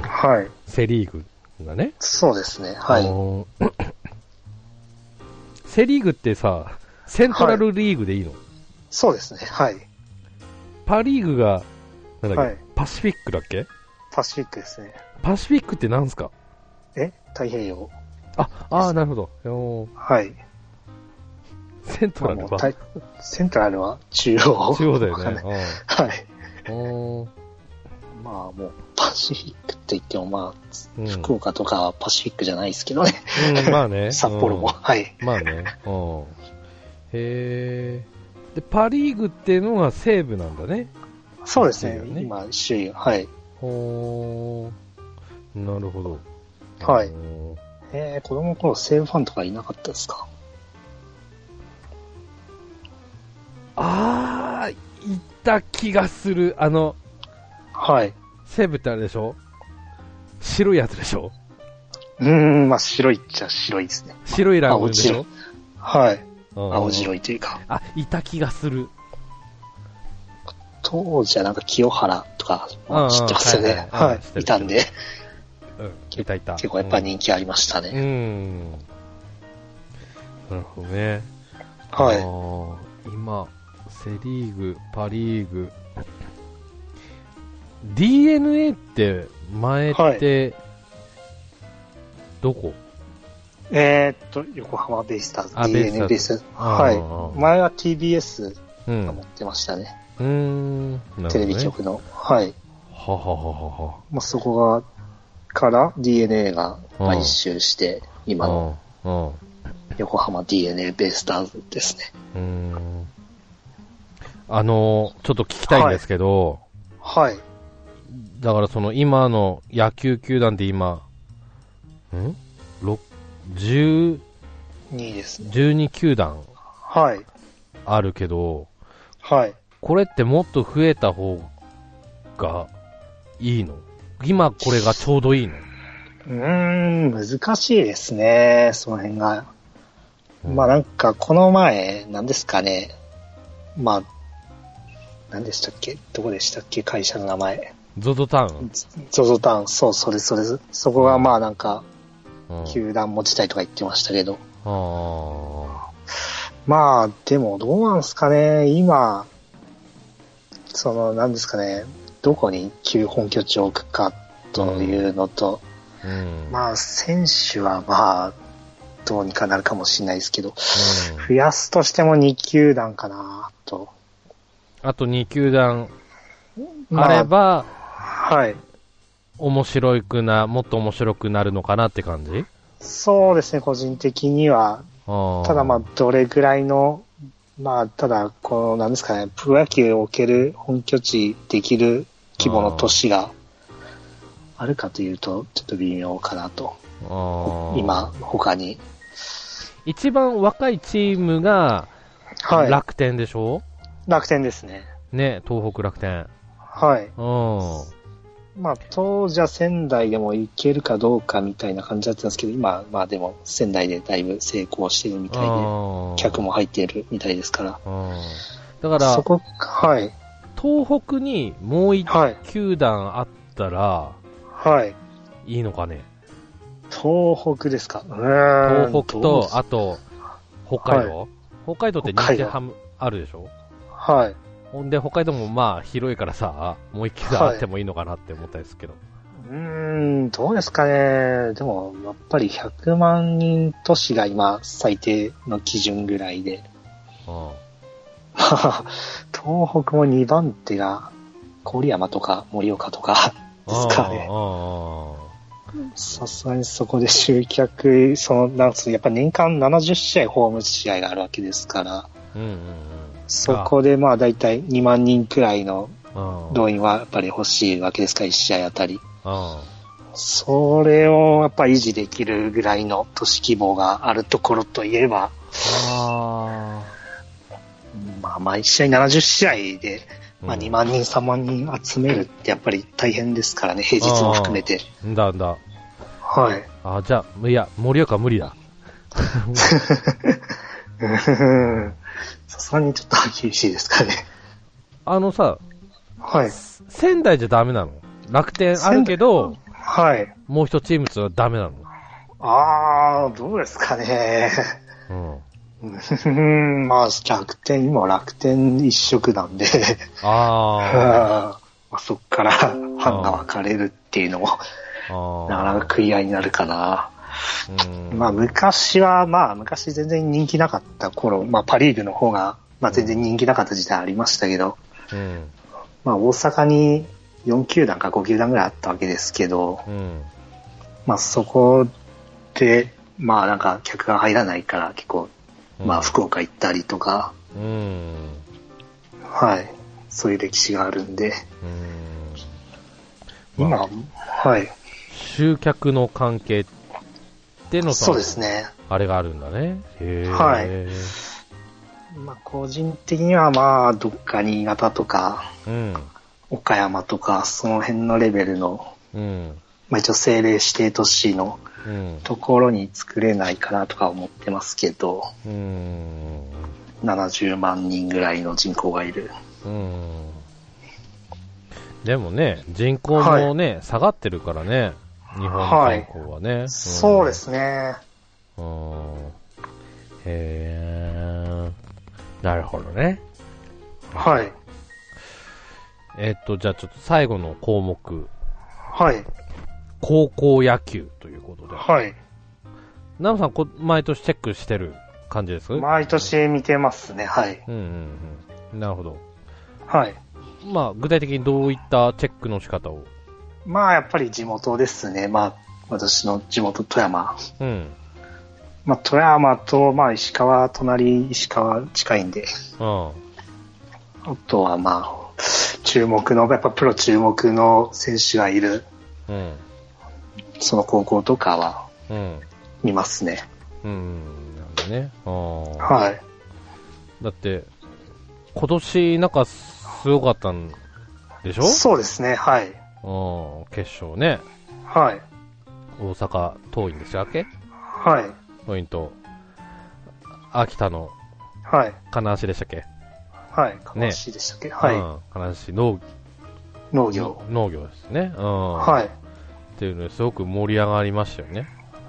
Speaker 2: はい。
Speaker 1: セリーグがね。
Speaker 2: そうですね。はい。
Speaker 1: おー。 セリーグってさ、セントラルリーグでいいの、
Speaker 2: そうですね。はい。
Speaker 1: パリーグが、なんだっけ、
Speaker 2: はい
Speaker 1: パシフィックだっけ
Speaker 2: パシフィックですね。
Speaker 1: パシフィックってなんすか
Speaker 2: え太平洋。
Speaker 1: あ、あーなるほど。おー
Speaker 2: はい。
Speaker 1: セントラル
Speaker 2: まあ
Speaker 1: か
Speaker 2: もう。太セントラルは中央。
Speaker 1: 中央だよ
Speaker 2: わかんない
Speaker 1: ね。
Speaker 2: はい。
Speaker 1: うんおー
Speaker 2: まあもう、パシフィックって言ってもまあ、
Speaker 1: うん
Speaker 2: 福岡とかはパシフィックじゃないですけどね。
Speaker 1: うん、まあね。
Speaker 2: 札幌
Speaker 1: う
Speaker 2: も。
Speaker 1: ん
Speaker 2: はい。
Speaker 1: まあね。うん。へーで、パリーグっていうのが西部なんだね。
Speaker 2: そうですね
Speaker 1: ですよ。ね
Speaker 2: 今、首位。はい。
Speaker 1: ほー。なるほど。
Speaker 2: はい
Speaker 1: うん
Speaker 2: えー、子供の頃、西武ファンとかいなかったですか
Speaker 1: た気がする。あの、
Speaker 2: はい。
Speaker 1: 西武ってあれでしょ白いやつでしょ
Speaker 2: うーん、まあ白いっちゃ白いですね。
Speaker 1: 白いラーメンでしょ
Speaker 2: はい。
Speaker 1: うん
Speaker 2: 青白いというか。
Speaker 1: あ、いた気がする。
Speaker 2: 当時はなんか清原とか
Speaker 1: うんうん
Speaker 2: 知ってますよ
Speaker 1: はいはい
Speaker 2: ね。
Speaker 1: はい
Speaker 2: は
Speaker 1: 知って
Speaker 2: い。
Speaker 1: る
Speaker 2: いたんで、
Speaker 1: うん、いたいた。
Speaker 2: 結構やっぱ人気ありました
Speaker 1: う
Speaker 2: ね。
Speaker 1: ん。なるほどね。
Speaker 2: は
Speaker 1: あ
Speaker 2: い。
Speaker 1: ー今、セ・リーグ、パ・リーグ、DNA って前って、どこ
Speaker 2: えーっと、横浜ベイスター
Speaker 1: あ
Speaker 2: ズ、DNA
Speaker 1: ベ
Speaker 2: ベ
Speaker 1: イ
Speaker 2: イ
Speaker 1: スター
Speaker 2: スターズ。
Speaker 1: あ
Speaker 2: は
Speaker 1: ー
Speaker 2: い。前は TBS
Speaker 1: う
Speaker 2: が
Speaker 1: ん
Speaker 2: 持っ。てましたね。
Speaker 1: うーん。なるほどね
Speaker 2: テレビ。局の。はい。
Speaker 1: ははははは。
Speaker 2: まあ、そこが、から DNA が買収して、今の
Speaker 1: うん。うん。
Speaker 2: 横浜 DNA ベイスターズですね。
Speaker 1: うーんあの、ちょっと聞きたいんですけど、
Speaker 2: はい。
Speaker 1: だからその今の野球球団で今、んろ10
Speaker 2: 2位ですね。
Speaker 1: 12球団
Speaker 2: はい。
Speaker 1: あるけど、
Speaker 2: はい。
Speaker 1: これってもっと増えた方がいいの今これがちょうどいいの
Speaker 2: うーん、難しいですね、その辺が。まあなんか、この前、何ですかね。まあ、何でしたっけどこでしたっけ会社の名前。
Speaker 1: ゾゾタウン。
Speaker 2: ゾゾタウン、そう、それそれ。そこがまあなんか、
Speaker 1: うん
Speaker 2: 球団持ちたいとか言ってましたけど。
Speaker 1: あ
Speaker 2: まあ、でもどうなんですかね、今、その、なんですかね、どこに旧本拠地を置くかというのと、
Speaker 1: ーうん
Speaker 2: まあ、選手はまあ、どうにかなるかもしれないですけど、
Speaker 1: うん
Speaker 2: 増やすとしても2球団かなと。
Speaker 1: あと2球団
Speaker 2: ま
Speaker 1: あれば、
Speaker 2: はい。
Speaker 1: 面白くな、もっと面白くなるのかなって感じ
Speaker 2: そうですね、個人的には。た
Speaker 1: た
Speaker 2: だまあ、どれぐらいの、まあ、ただ、この、なんですかね、プロ野球を置ける本拠地できる規模の都市があるかというと、ちょっと微妙かなと。今、他に。
Speaker 1: 一番若いチームが
Speaker 2: はい。
Speaker 1: 楽天でしょ、
Speaker 2: 楽天ですね。
Speaker 1: ね、東北楽天。
Speaker 2: はい。
Speaker 1: う
Speaker 2: まあ、当時は仙台でも行けるかどうかみたいな感じだったんですけど、今、まあでも仙台でだいぶ成功してるみたいで、
Speaker 1: ん。
Speaker 2: 客
Speaker 1: も。
Speaker 2: も入っているみたいですから。
Speaker 1: うんだか
Speaker 2: そ
Speaker 1: ら、
Speaker 2: こ、はい、
Speaker 1: 東北にもう一
Speaker 2: はい、
Speaker 1: 球団あったら
Speaker 2: はい。
Speaker 1: いいのかね。
Speaker 2: 東北ですか。うーん
Speaker 1: 東北
Speaker 2: どうで
Speaker 1: と、
Speaker 2: す
Speaker 1: あと、北海道、北海道って
Speaker 2: 北海
Speaker 1: 日
Speaker 2: 道
Speaker 1: ハムあるでしょ
Speaker 2: はい。
Speaker 1: ほんで、北海道もまあ広いからさ、もう一球団あってもいいのかなって思ったんですけど。
Speaker 2: うーん、どうですかね。でも、やっぱり100万人都市が今、最低の基準ぐらいで。
Speaker 1: うん
Speaker 2: まあ東北も2番手が、郡山とか盛岡とかですかね。
Speaker 1: あ
Speaker 2: さすがにそこで集客、その、なんつうのやっぱ年間70試合、ホーム試合があるわけですから、
Speaker 1: あうんうんうん。
Speaker 2: そこでまあ大体2万人くらいの
Speaker 1: うん
Speaker 2: 動員はやっぱり欲しいわけですから、1試合あたり。
Speaker 1: うん
Speaker 2: それをやっぱ維持できるぐらいの都市規模があるところといえば、
Speaker 1: あ
Speaker 2: まあ毎試合70試合で、まあ
Speaker 1: うん
Speaker 2: 2万人、3万人集めるってやっぱり大変ですからね、平日も含めて。
Speaker 1: あ。んだんだ。
Speaker 2: はい。
Speaker 1: あじゃあ、いや、盛岡無理だ。
Speaker 2: うんさすがにちょっと厳しいですかね。
Speaker 1: あのさ、
Speaker 2: はい。
Speaker 1: 仙台じゃダメなの楽天あるけど、
Speaker 2: はい。
Speaker 1: もう一チームってのはダメな
Speaker 2: あー、どうですかね。
Speaker 1: の。うん。
Speaker 2: うんまあ、楽天、今は楽天一色なんで、
Speaker 1: あ
Speaker 2: まあそっからファンが分かれるっていうのも、
Speaker 1: ーあー。
Speaker 2: なかなか食い合いになるかな。
Speaker 1: うん
Speaker 2: まあ、昔は、まあ、昔全然人気なかった頃、まあ、パリーグの方が、まあ、全然人気なかった時代ありましたけど、
Speaker 1: うん。
Speaker 2: まあ、大阪に4球団か5球団ぐらいあったわけですけど、
Speaker 1: うん。
Speaker 2: まあそこで、まあなんか客が入らないから結構、まあ福岡行ったりとか、
Speaker 1: うん。
Speaker 2: はい。そういう歴史があるんで、
Speaker 1: うん。
Speaker 2: 今、
Speaker 1: まあ
Speaker 2: はい。
Speaker 1: 集客の関係っての
Speaker 2: そう
Speaker 1: さ
Speaker 2: で、すね。
Speaker 1: あれがあるんだね。へえ。。
Speaker 2: はいまあ、個人的にはまあ、どっか新潟とか、
Speaker 1: うん。
Speaker 2: 岡山とか、その辺のレベルの、
Speaker 1: うん。
Speaker 2: まあ一応政令指定都市の
Speaker 1: うん。
Speaker 2: ところに作れないかなとか思ってますけど、
Speaker 1: うん。
Speaker 2: 70万人ぐらいの人口がいる。
Speaker 1: うん。でもね、人口もね、下がってるからね、日本の人口はね。ん
Speaker 2: そうで。すね。
Speaker 1: うん。へえ。なるほどね。
Speaker 2: はい。
Speaker 1: えっと、じゃあちょっと最後の項目、
Speaker 2: はい。
Speaker 1: 高校野球ということで。
Speaker 2: はい。
Speaker 1: ナムさんこ、毎年チェックしてる感じです
Speaker 2: 毎年見てますね。はい。
Speaker 1: うんうんうん。なるほど。
Speaker 2: はい。
Speaker 1: まあ、具体的にどういったチェックの仕方を
Speaker 2: まあやっぱり地元ですね。まあ私の地元富山。
Speaker 1: うん。
Speaker 2: まあ富山とまあ石川、隣石川近いんで。
Speaker 1: うん。
Speaker 2: あとはまあ、注目の、やっぱプロ注目の選手がいる、
Speaker 1: うん。
Speaker 2: その高校とかは
Speaker 1: うん。
Speaker 2: 見ますね。
Speaker 1: うん。なんだね。あ
Speaker 2: はい。
Speaker 1: だって、今年なんかすごかったんでしょ
Speaker 2: そうですね、はい。
Speaker 1: うん。決勝ね。
Speaker 2: はい。
Speaker 1: 大阪桐蔭でしたっけ
Speaker 2: はい。
Speaker 1: 桐蔭と、秋田の
Speaker 2: はい。
Speaker 1: 金足でしたっけ
Speaker 2: はい。かもしいでしたっけ、はい、
Speaker 1: うん。金足農
Speaker 2: 農業。
Speaker 1: 農業ですね。うん。い。
Speaker 2: はい。
Speaker 1: っていうのですごく盛り上がりましたよね。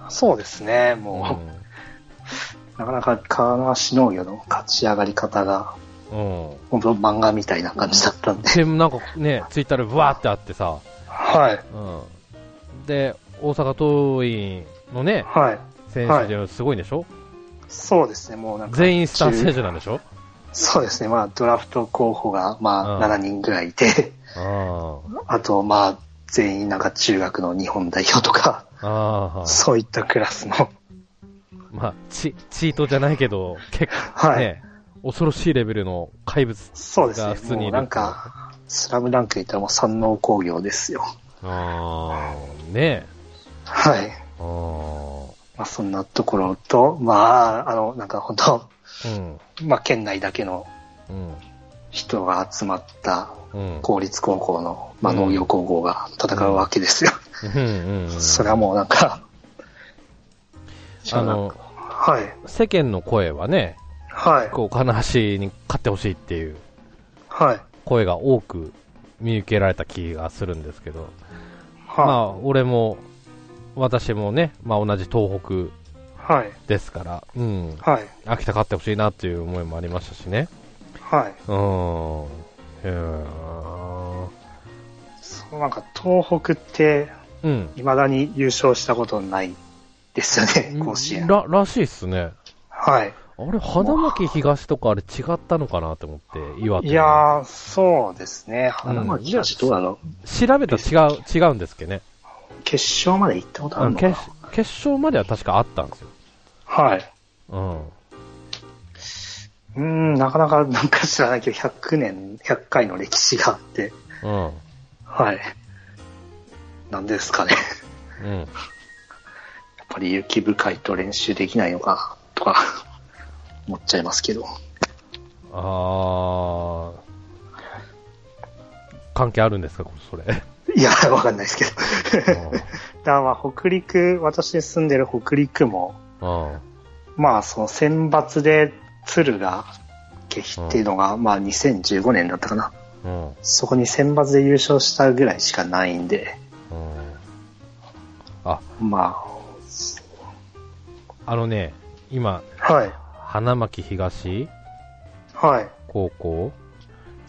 Speaker 2: そうですね、
Speaker 1: う
Speaker 2: も
Speaker 1: ん。
Speaker 2: う、なかなか川梨農業の勝ち上がり方が、
Speaker 1: うん。
Speaker 2: 本当漫画みたいな感じだったんで。
Speaker 1: でもなんかね、ツイッターでブワーってあってさ、
Speaker 2: はい。
Speaker 1: うん。で、大阪桐蔭のね、
Speaker 2: はい。
Speaker 1: 選手でもすごいんでしょ、
Speaker 2: そうですね、もうなんか。
Speaker 1: 全員スター選
Speaker 2: 中
Speaker 1: 手なんでしょ
Speaker 2: そうですね、まあ、ドラフト候補が、ま
Speaker 1: う
Speaker 2: あ、
Speaker 1: ん
Speaker 2: 7人ぐらいいて、
Speaker 1: あ
Speaker 2: あと、まあ、全員なんか中学の日本代表とか、
Speaker 1: あ。ああ。
Speaker 2: そういったクラスの、
Speaker 1: まあ、チ、チートじゃないけど、結構
Speaker 2: はい。
Speaker 1: ね、恐ろしいレベルの怪物。
Speaker 2: そうですね。
Speaker 1: が普通にいる
Speaker 2: もうなんか、スラムダンクで言ったらもう山王工業ですよ。
Speaker 1: ああ。ね
Speaker 2: はい。
Speaker 1: ああ。
Speaker 2: まあ、そんなところと、まあ、あの、なんか本当
Speaker 1: うん。
Speaker 2: まあ、県内だけの
Speaker 1: うん。
Speaker 2: 人が集まった
Speaker 1: うん。
Speaker 2: 公立高校の、まあ、
Speaker 1: うん
Speaker 2: 農業高校が戦うわけですよ。
Speaker 1: うんうんうん。
Speaker 2: それはもうなんか、
Speaker 1: あの、
Speaker 2: はい。
Speaker 1: 世間の声はね、
Speaker 2: はい。
Speaker 1: こう、金橋に勝ってほしいっていう
Speaker 2: はい。
Speaker 1: 声が多く見受けられた気がするんですけど、ま
Speaker 2: は
Speaker 1: あ、俺も、私もね、まあ同じ東北
Speaker 2: はい。
Speaker 1: ですから、うん、
Speaker 2: はい。
Speaker 1: 秋田勝ってほしいなっていう思いもありましたしね。
Speaker 2: はい。
Speaker 1: うん。へー
Speaker 2: そうなんか東北って、
Speaker 1: うん。
Speaker 2: 未だに優勝したことないですよね、甲子園。
Speaker 1: ら、らしいっすね。
Speaker 2: はい。
Speaker 1: あれ、花巻東とかあれ違ったのかなと思って、岩手。
Speaker 2: いやー、そうですね。
Speaker 1: うん
Speaker 2: 花巻東どうなの、
Speaker 1: 調べたら違う、違うんですけどね。
Speaker 2: 決勝まで行ったことあ
Speaker 1: う
Speaker 2: る
Speaker 1: ん
Speaker 2: のか
Speaker 1: 決
Speaker 2: な
Speaker 1: 決勝までは確かあったんですよ。
Speaker 2: はい。
Speaker 1: うん。
Speaker 2: うーん、なかなか、なんか知らないけど、100年、100回の歴史があって、
Speaker 1: うん。
Speaker 2: はい。なんですかね。
Speaker 1: うん。
Speaker 2: やっぱり雪深いと練習できないのかな、とか、思っちゃいますけど。
Speaker 1: あー。関係あるんですか、 それ。
Speaker 2: いや、わかんないですけど。
Speaker 1: うん
Speaker 2: だからまあ北陸、私住んでる北陸も、
Speaker 1: うん。
Speaker 2: まあ、その選抜で鶴が撃っていうのが、まあ、2015年だったかな。
Speaker 1: うん。
Speaker 2: そこに選抜で優勝したぐらいしかないんで、
Speaker 1: うん。あ、
Speaker 2: ま
Speaker 1: あのね、今、
Speaker 2: あ、はい、
Speaker 1: 花巻東
Speaker 2: はい、
Speaker 1: 高校、、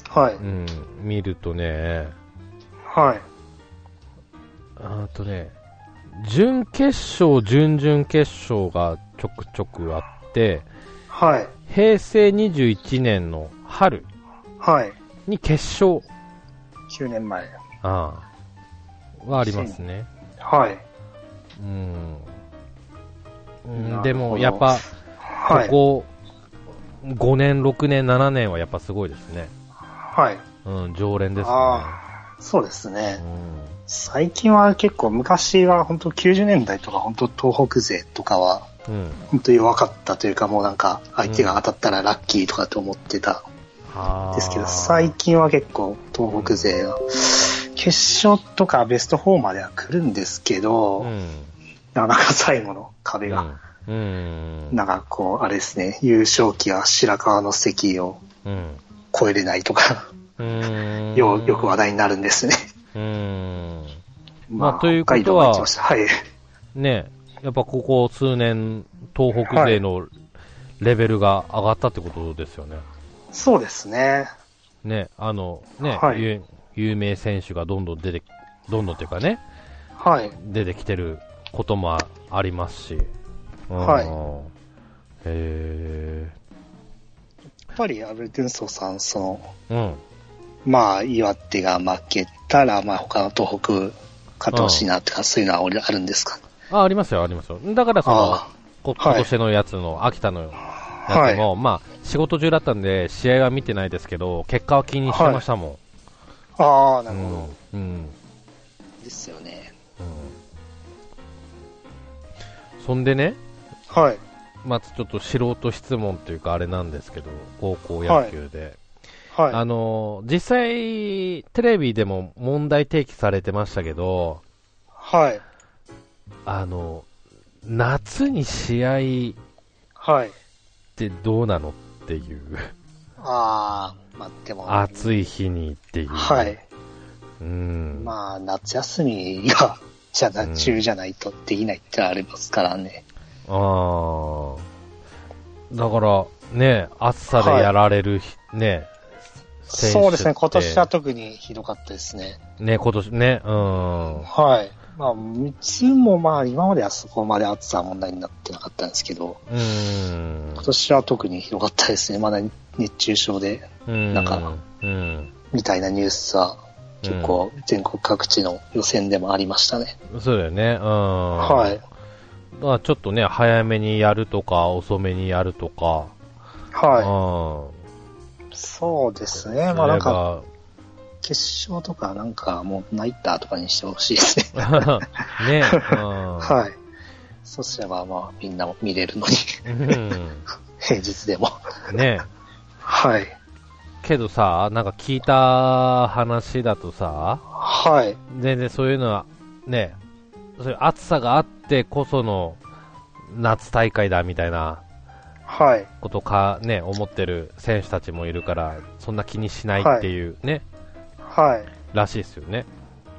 Speaker 2: はいう
Speaker 1: ん、見るとね、
Speaker 2: はい。
Speaker 1: あとね、準決勝、準々決勝がちょくちょくあって、
Speaker 2: はい、
Speaker 1: 平成21年の春
Speaker 2: はい。
Speaker 1: に決勝、
Speaker 2: 9年前。
Speaker 1: ああはありますね。
Speaker 2: はい、
Speaker 1: うん。う
Speaker 2: なる
Speaker 1: ん
Speaker 2: ほど
Speaker 1: でも、やっぱ、こ
Speaker 2: はい、
Speaker 1: こ、5年、6年、7年はやっぱすごいですね。
Speaker 2: はい。
Speaker 1: うん、常連ですね。
Speaker 2: あそうですね
Speaker 1: う。ん。
Speaker 2: 最近は結構昔は本当90年代とか本当東北勢とかは
Speaker 1: うん。
Speaker 2: 本当弱かったというかもうなんか相手が当たったらラッキーとかと思ってた
Speaker 1: あ
Speaker 2: ん
Speaker 1: ー
Speaker 2: ですけど、最近は結構東北勢は決勝とかベスト4までは来るんですけど、
Speaker 1: うん。
Speaker 2: なかなか最後の壁が、
Speaker 1: うん。
Speaker 2: なんかこうあれですね、優勝旗は白川の席を
Speaker 1: うん。
Speaker 2: 超えれないとか、
Speaker 1: うん。
Speaker 2: ようよく話題になるんですね。
Speaker 1: うん。
Speaker 2: まあ、
Speaker 1: ということは
Speaker 2: 北海道も行きました。はい。
Speaker 1: ねやっぱここ数年、東北勢のレベルが上がったってことですよね。
Speaker 2: そうですね。
Speaker 1: ね、あの、ね、
Speaker 2: はい
Speaker 1: ゆ有名選手がどんどん出て、どんどんっていうかね、
Speaker 2: はい。
Speaker 1: 出てきてることもあありますし。うん
Speaker 2: はい
Speaker 1: へ
Speaker 2: やっぱりアルテンソーさん、その、
Speaker 1: え。うん。
Speaker 2: まあ、岩手が負けたら、まあ、他の東北勝ってほしいなとか、そういうのは俺あるんですか
Speaker 1: あ、ありますよ、ありますよ。だからその
Speaker 2: あ、
Speaker 1: こ
Speaker 2: はい
Speaker 1: 今年のやつの、秋田のや
Speaker 2: は
Speaker 1: つ
Speaker 2: い。
Speaker 1: も、まあ、仕事中だったんで、試合は見てないですけど、結果は気にしてましたも
Speaker 2: ああ、
Speaker 1: ん。
Speaker 2: なるほど。
Speaker 1: うん。うん。
Speaker 2: ですよね。
Speaker 1: うんそんでね、
Speaker 2: はい。
Speaker 1: まずちょっと素人質問というかあれなんですけど、高校野球で。あ
Speaker 2: は
Speaker 1: の、実際、テレビでも問題提起されてましたけど、
Speaker 2: い。はい。
Speaker 1: あの、夏に試合っ
Speaker 2: はい。
Speaker 1: てどうなのっていう、
Speaker 2: ああ、まあ、でも、
Speaker 1: 暑い日にっていう。
Speaker 2: はい。。
Speaker 1: うん。
Speaker 2: まあ、夏休みが、じゃ
Speaker 1: う
Speaker 2: あ、
Speaker 1: ん
Speaker 2: 中じゃないとできないってありますからね。
Speaker 1: あーだから、ね、暑さでやられる日、ね、選手って
Speaker 2: そうですね、今年は特にひどかったですね。
Speaker 1: ね、今年ね、うん。
Speaker 2: はい。まあ、いつもまあ、今まではそこまで暑さは問題になってなかったんですけど、
Speaker 1: うー
Speaker 2: 今年は特にひどかったですね。まだ熱中症で、
Speaker 1: ん。
Speaker 2: なんか
Speaker 1: うん。
Speaker 2: みたいなニュースは、結構全国各地の予選でもありましたね。
Speaker 1: そうだよね。うん。
Speaker 2: は。。
Speaker 1: はいまあちょっとね、早めにやるとか、遅めにやるとか。
Speaker 2: は。
Speaker 1: はい
Speaker 2: そうですね。
Speaker 1: い。
Speaker 2: まあなんか、
Speaker 1: か。
Speaker 2: 決勝とかなんかもうナイターとかにしてほしいですね。
Speaker 1: ね、うん。
Speaker 2: はい。そうすればまあ、みんなも見 れるのに、
Speaker 1: うん。
Speaker 2: 平日でも。
Speaker 1: ね。
Speaker 2: はい。
Speaker 1: けどさ、なんか聞いた話だとさ、
Speaker 2: はい。
Speaker 1: 全然そういうのは、ね、そういう暑さがあってこその夏大会だみたいな
Speaker 2: はい。
Speaker 1: ことか、ね、思ってる選手たちもいるから、そんな気にしないっていうね、
Speaker 2: はい。
Speaker 1: らしいですよね。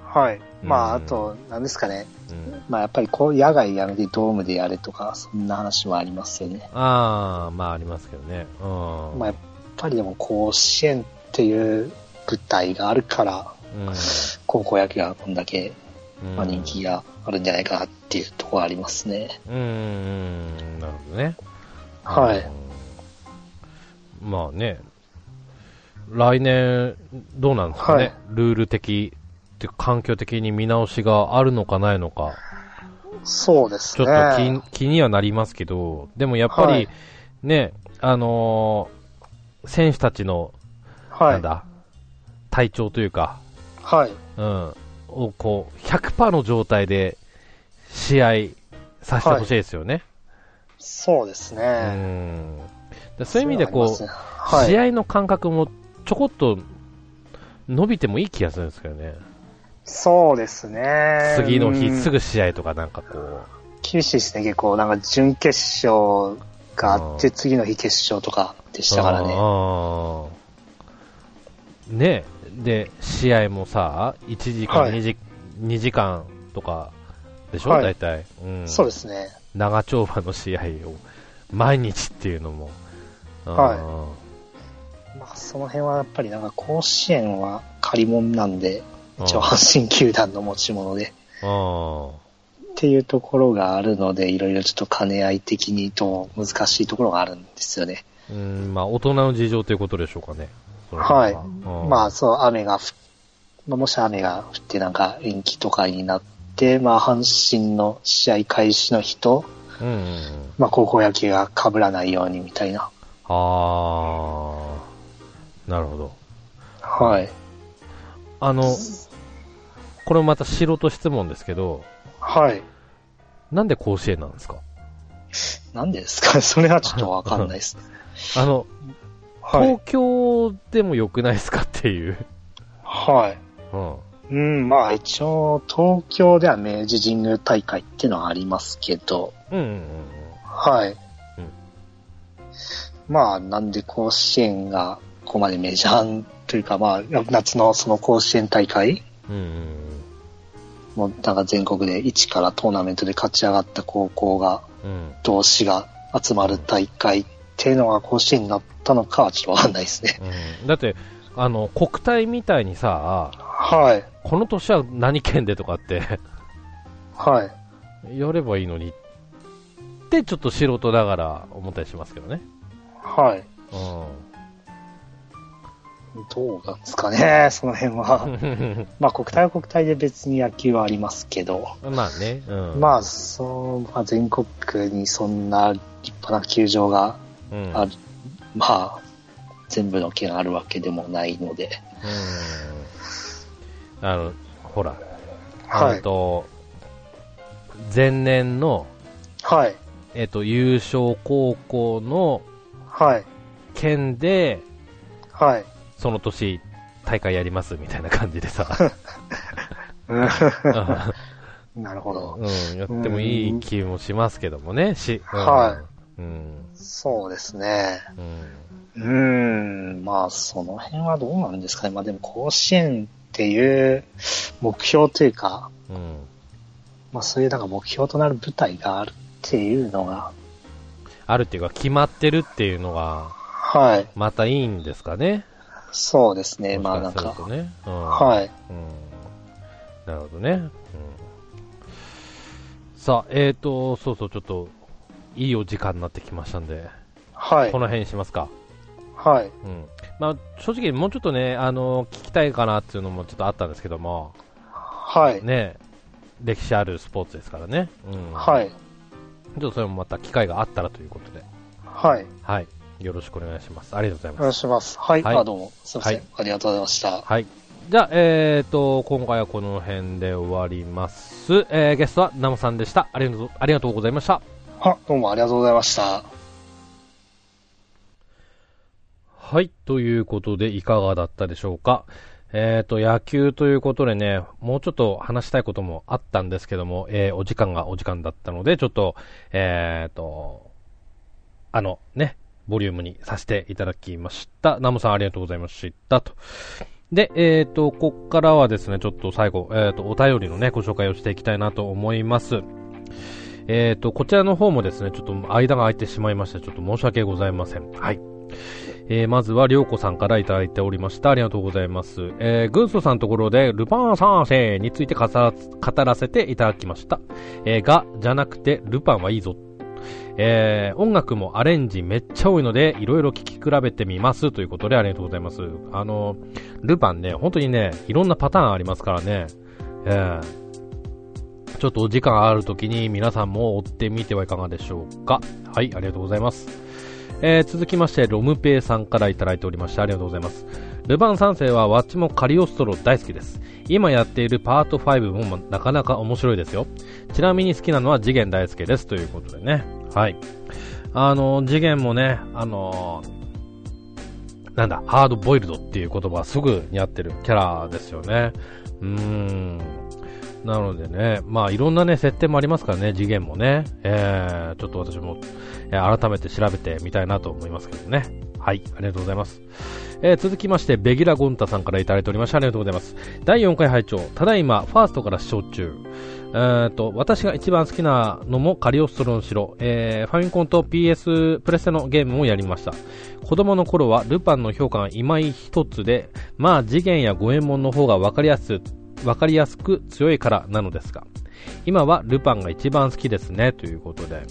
Speaker 2: はい。ま
Speaker 1: う
Speaker 2: あ、あ
Speaker 1: ん
Speaker 2: と、なんですかね。
Speaker 1: うん、
Speaker 2: まあ、やっぱりこう、野外やめてドームでやれとか、そんな話もありますよね。
Speaker 1: ああ、まあありますけどね。うん。
Speaker 2: まあ、やっぱりでも甲子園っていう舞台があるから、高校野球がこんだけ、
Speaker 1: うん
Speaker 2: まあ、人気があるんじゃないかなっていうところありますね。
Speaker 1: うんうん、なるほどね。
Speaker 2: はい。
Speaker 1: うん。まあね、来年、どうなんですかね、
Speaker 2: はい
Speaker 1: ルール的、っていうか環境的に見直しがあるのかないのか、
Speaker 2: そうです
Speaker 1: ちょ
Speaker 2: ね。
Speaker 1: っと気,、気にはなりますけど、でもやっぱり、
Speaker 2: はい
Speaker 1: ね、あのー選手たちの、
Speaker 2: は
Speaker 1: なん
Speaker 2: い。
Speaker 1: だ、体調というか、
Speaker 2: はい。
Speaker 1: うん、をこう、100%の状態で試合させてほしいですよね。
Speaker 2: そうです
Speaker 1: う
Speaker 2: ね。
Speaker 1: んでそういう意味でこう、
Speaker 2: はい、
Speaker 1: 試合の感覚もちょこっと伸びてもいい気がするんですけどね。
Speaker 2: そうですね。
Speaker 1: 次の日
Speaker 2: うん
Speaker 1: すぐ試合とかなんかこう。
Speaker 2: 厳しいですね、結構。なんか、準決勝があっ
Speaker 1: う
Speaker 2: て、
Speaker 1: ん
Speaker 2: 次の日決勝とかでしたからね。
Speaker 1: あーねで、試合もさ、1時間、
Speaker 2: はい
Speaker 1: 2, 時2時間とかでしょ、
Speaker 2: はい
Speaker 1: 大体、うん。
Speaker 2: そうですね。
Speaker 1: 長丁場の試合を毎日っていうのも。うん
Speaker 2: はまあ、その辺はやっぱりなんか甲子園は借り物なんで、一応阪神球団の持ち物で、
Speaker 1: うん
Speaker 2: っていうところがあるので、いろいろちょっと兼ね合い的にと難しいところがあるんですよね。
Speaker 1: うん、まあ、大人の事情ということでしょうかね。その辺
Speaker 2: はい
Speaker 1: うん
Speaker 2: まあ、そう、雨がふ、まあ、もし雨が降ってなんか延期とかになって、まあ、阪神の試合開始の日と、
Speaker 1: うんうんうん。
Speaker 2: まあ、高校野球が被らないようにみたいな。
Speaker 1: あー、なるほど。
Speaker 2: はい。
Speaker 1: あの、これもまた素人質問ですけど、
Speaker 2: はい。
Speaker 1: なんで甲子園なんですか
Speaker 2: なんでですか それはちょっとわかんないです。
Speaker 1: あの、
Speaker 2: はい。
Speaker 1: 東京でも良くないですかっていう。
Speaker 2: はい。
Speaker 1: うん。
Speaker 2: うん、まあ一応、東京では明治神宮大会っていうのはありますけど、
Speaker 1: うんうんうん
Speaker 2: はい。
Speaker 1: うん
Speaker 2: まあ、なんで甲子園がここまでメジャーというか、まあ、夏のその甲子園大会
Speaker 1: うん。うんうん
Speaker 2: も、なんか全国で一からトーナメントで勝ち上がった高校が、
Speaker 1: うん。うん。
Speaker 2: 同士が集まる大会っていうのが甲子園になったのかはちょっとわかんないですね。
Speaker 1: うんだって、あの、国体みたいにさ、
Speaker 2: はい。
Speaker 1: この年は何県でとかって、
Speaker 2: はい。
Speaker 1: やればいいのにって、ちょっと素人ながら思ったりしますけどね。
Speaker 2: はい。
Speaker 1: う
Speaker 2: どうなんですかね、その辺は。
Speaker 1: ん。
Speaker 2: まあ、国体は国体で別に野球はありますけど。
Speaker 1: まあね。うん。
Speaker 2: まあ、そう、まあ、全国区にそんな立派な球場が
Speaker 1: うん、
Speaker 2: ある、まあ、全部の県あるわけでもないので。
Speaker 1: うんあの、ほら、
Speaker 2: は
Speaker 1: えっ
Speaker 2: い。
Speaker 1: と、前年の、
Speaker 2: はい。
Speaker 1: えっと、優勝高校の
Speaker 2: はい。
Speaker 1: 県で、
Speaker 2: はい。
Speaker 1: その年、大会やりますみたいな感じでさ、
Speaker 2: なるほど。
Speaker 1: うん、やってもいい気もしますけどもね、し、うん
Speaker 2: は
Speaker 1: うん、
Speaker 2: そうですね。
Speaker 1: うん、
Speaker 2: うーん。まあ、その辺はどうなんですかね。まあでも、甲子園っていう目標というか、
Speaker 1: うん。
Speaker 2: まあそういうなんか目標となる舞台があるっていうのが、
Speaker 1: あるっていうか、決まってるっていうのが、
Speaker 2: はい。
Speaker 1: またいいんですかね。
Speaker 2: そうですね。まあ
Speaker 1: も
Speaker 2: なん
Speaker 1: しか
Speaker 2: か
Speaker 1: する、とね。うん
Speaker 2: はい。
Speaker 1: うんなるほどね。うん、さあ、えっ、ー、と、そうそう、ちょっと、いいお時間になってきましたんで、
Speaker 2: はい
Speaker 1: こ。の辺にしますか。
Speaker 2: は
Speaker 1: う
Speaker 2: い。
Speaker 1: ん。まあ、正直、もうちょっとね、あの、聞きたいかなっていうのもちょっとあったんですけども、
Speaker 2: はい。
Speaker 1: ね、歴史あるスポーツですからね。うん。い。
Speaker 2: はい。
Speaker 1: ちょっとそれもまた機会があったらということで、
Speaker 2: はい。
Speaker 1: はい。よろしくお願いします。ありがとうございます
Speaker 2: お願い。します。はい。
Speaker 1: はい
Speaker 2: あ、どうも。すいません。
Speaker 1: はい
Speaker 2: ありがとうございました。
Speaker 1: はい。じゃあ、えーと、今回はこの辺で終わります。えー、ゲストはナモさんでした。ありがとう、ありがとうございました。
Speaker 2: あ、どうもありがとうございました。
Speaker 1: はい。ということで、いかがだったでしょうか。えーと、野球ということでね、もうちょっと話したいこともあったんですけども、えー、お時間がお時間だったので、ちょっと、えーと、あの、ね、ボリュームにさせていただきました。ナモさんありがとうございました。と。で、えっ、と、こっからはですね、ちょっと最後、えっ、と、お便りのね、ご紹介をしていきたいなと思います。えっ、と、こちらの方もですね、ちょっと間が空いてしまいまして、ちょっと申し訳ございません。はい。えー、まずは、りょうこさんからいただいておりました。ありがとうございます。えー、軍曹さんのところで、ルパン三世について語ら語らせていただきました。えー、が、じゃなくて、ルパンはいいぞ。えー、音楽もアレンジめっちゃ多いので、いろいろ聴き比べてみます。ということで、ありがとうございます。あの、ルパンね、本当にね、いろんなパターンありますからね、えーちょっとお時間ある時に皆さんも追ってみてはいかがでしょうか。はい、ありがとうございます。えー続きまして、ロムペイさんからいただいておりまして、ありがとうございます。ルパン三世はワッチもカリオストロ大好きです。今やっているパート5もなかなか面白いですよ。ちなみに好きなのは次元大介です。ということでね。はい。あの、次元もね、あのなんだ、ハードボイルドっていう言葉はすぐに合ってるキャラですよね。うーん。なのでね、まあいろんなね、設定もありますからね、次元もね。えー、ちょっと私も、えー改めて調べてみたいなと思いますけどね。はい、ありがとうございます。えー続きまして、ベギラ・ゴンタさんからいただいておりました。ありがとうございます。第4回拝聴ただいま、ファーストから視聴中。えーと、私が一番好きなのもカリオストロの城、えー、ファミコンと PS プレステのゲームをやりました。子供の頃はルパンの評価が今一つで、まあ次元や五右衛門の方が分かりやす分かりやすく強いからなのですが、今はルパンが一番好きですね、ということで。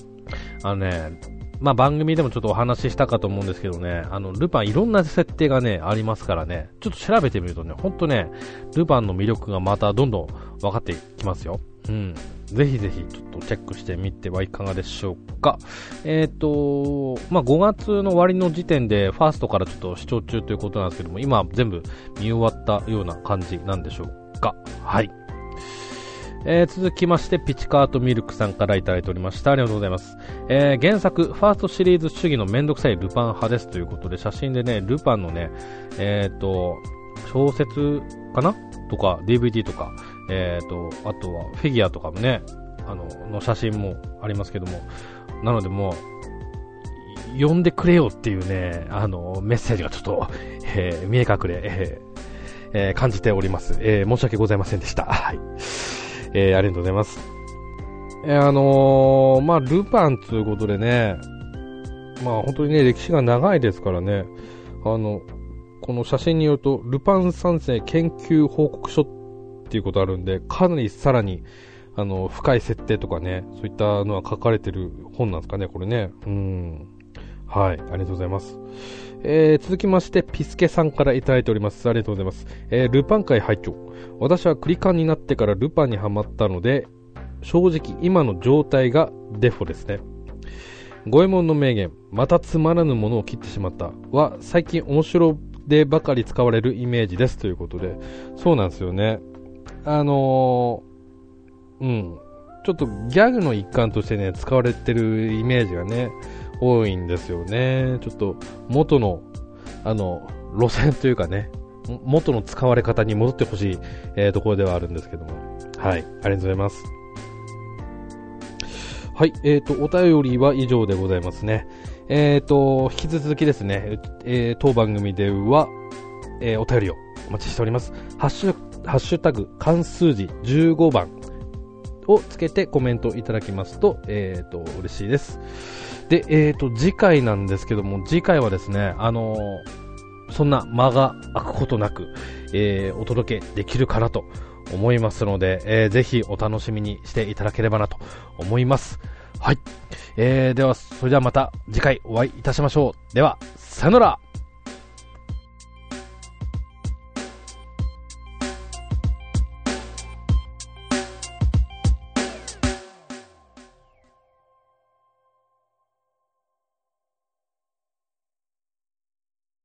Speaker 1: あのね、まあ番組でもちょっとお話ししたかと思うんですけどね、あの、ルパンいろんな設定がね、ありますからね、ちょっと調べてみるとね、ほんとね、ルパンの魅力がまたどんどん分かってきますよ。うん。ぜひぜひ、ちょっとチェックしてみてはいかがでしょうか。えっ、と、まあ、5月の終わりの時点で、ファーストからちょっと視聴中ということなんですけども、今全部見終わったような感じなんでしょうか。はい。えー続きまして、ピチカートミルクさんからいただいておりました。ありがとうございます。えー原作、ファーストシリーズ主義のめんどくさいルパン派ですということで、写真でね、ルパンのね、えっ、と、小説かなとか、DVD とか、えっ、と、あとはフィギュアとかもね、あの、の写真もありますけども、なのでもう、呼んでくれよっていうね、あの、メッセージがちょっと、えー見え隠れ、えーえー感じております。えー申し訳ございませんでした。はい。えーありがとうございます。えーあのーまあ、ルパンということでね、まあ、本当にね、歴史が長いですからね、あの、この写真によると、ルパン三世研究報告書っていうことあるんで、かなりさらに、あの、深い設定とかね、そういったのは書かれてる本なんですかね、これね。うん。はい、ありがとうございます。えー続きまして、ピスケさんからいただいております。ありがとうございます。えールパン界拝聴私はクリカンになってからルパンにはまったので、正直今の状態がデフォですね。五右衛門の名言、またつまらぬものを切ってしまったは、最近面白でばかり使われるイメージですということで、そうなんですよね。あのーうん。ちょっとギャグの一環としてね、使われてるイメージがね、多いんですよね。ちょっと元の、あの、路線というかね、も元の使われ方に戻ってほしい、えーところではあるんですけども。はい、ありがとうございます。はい、えーと、お便りは以上でございますね。えーと、引き続きですね、えー当番組では、えーお便りをお待ちしております。ハッシュ、ハッシュタグ、関数字15番をつけてコメントいただきますと、えーと、嬉しいです。で、えーと、次回なんですけども、次回はですね、あのーそんな間が空くことなく、えーお届けできるかなと思いますので、えーぜひお楽しみにしていただければなと思います。はい。えーでは、それではまた次回お会いいたしましょう。では、さよなら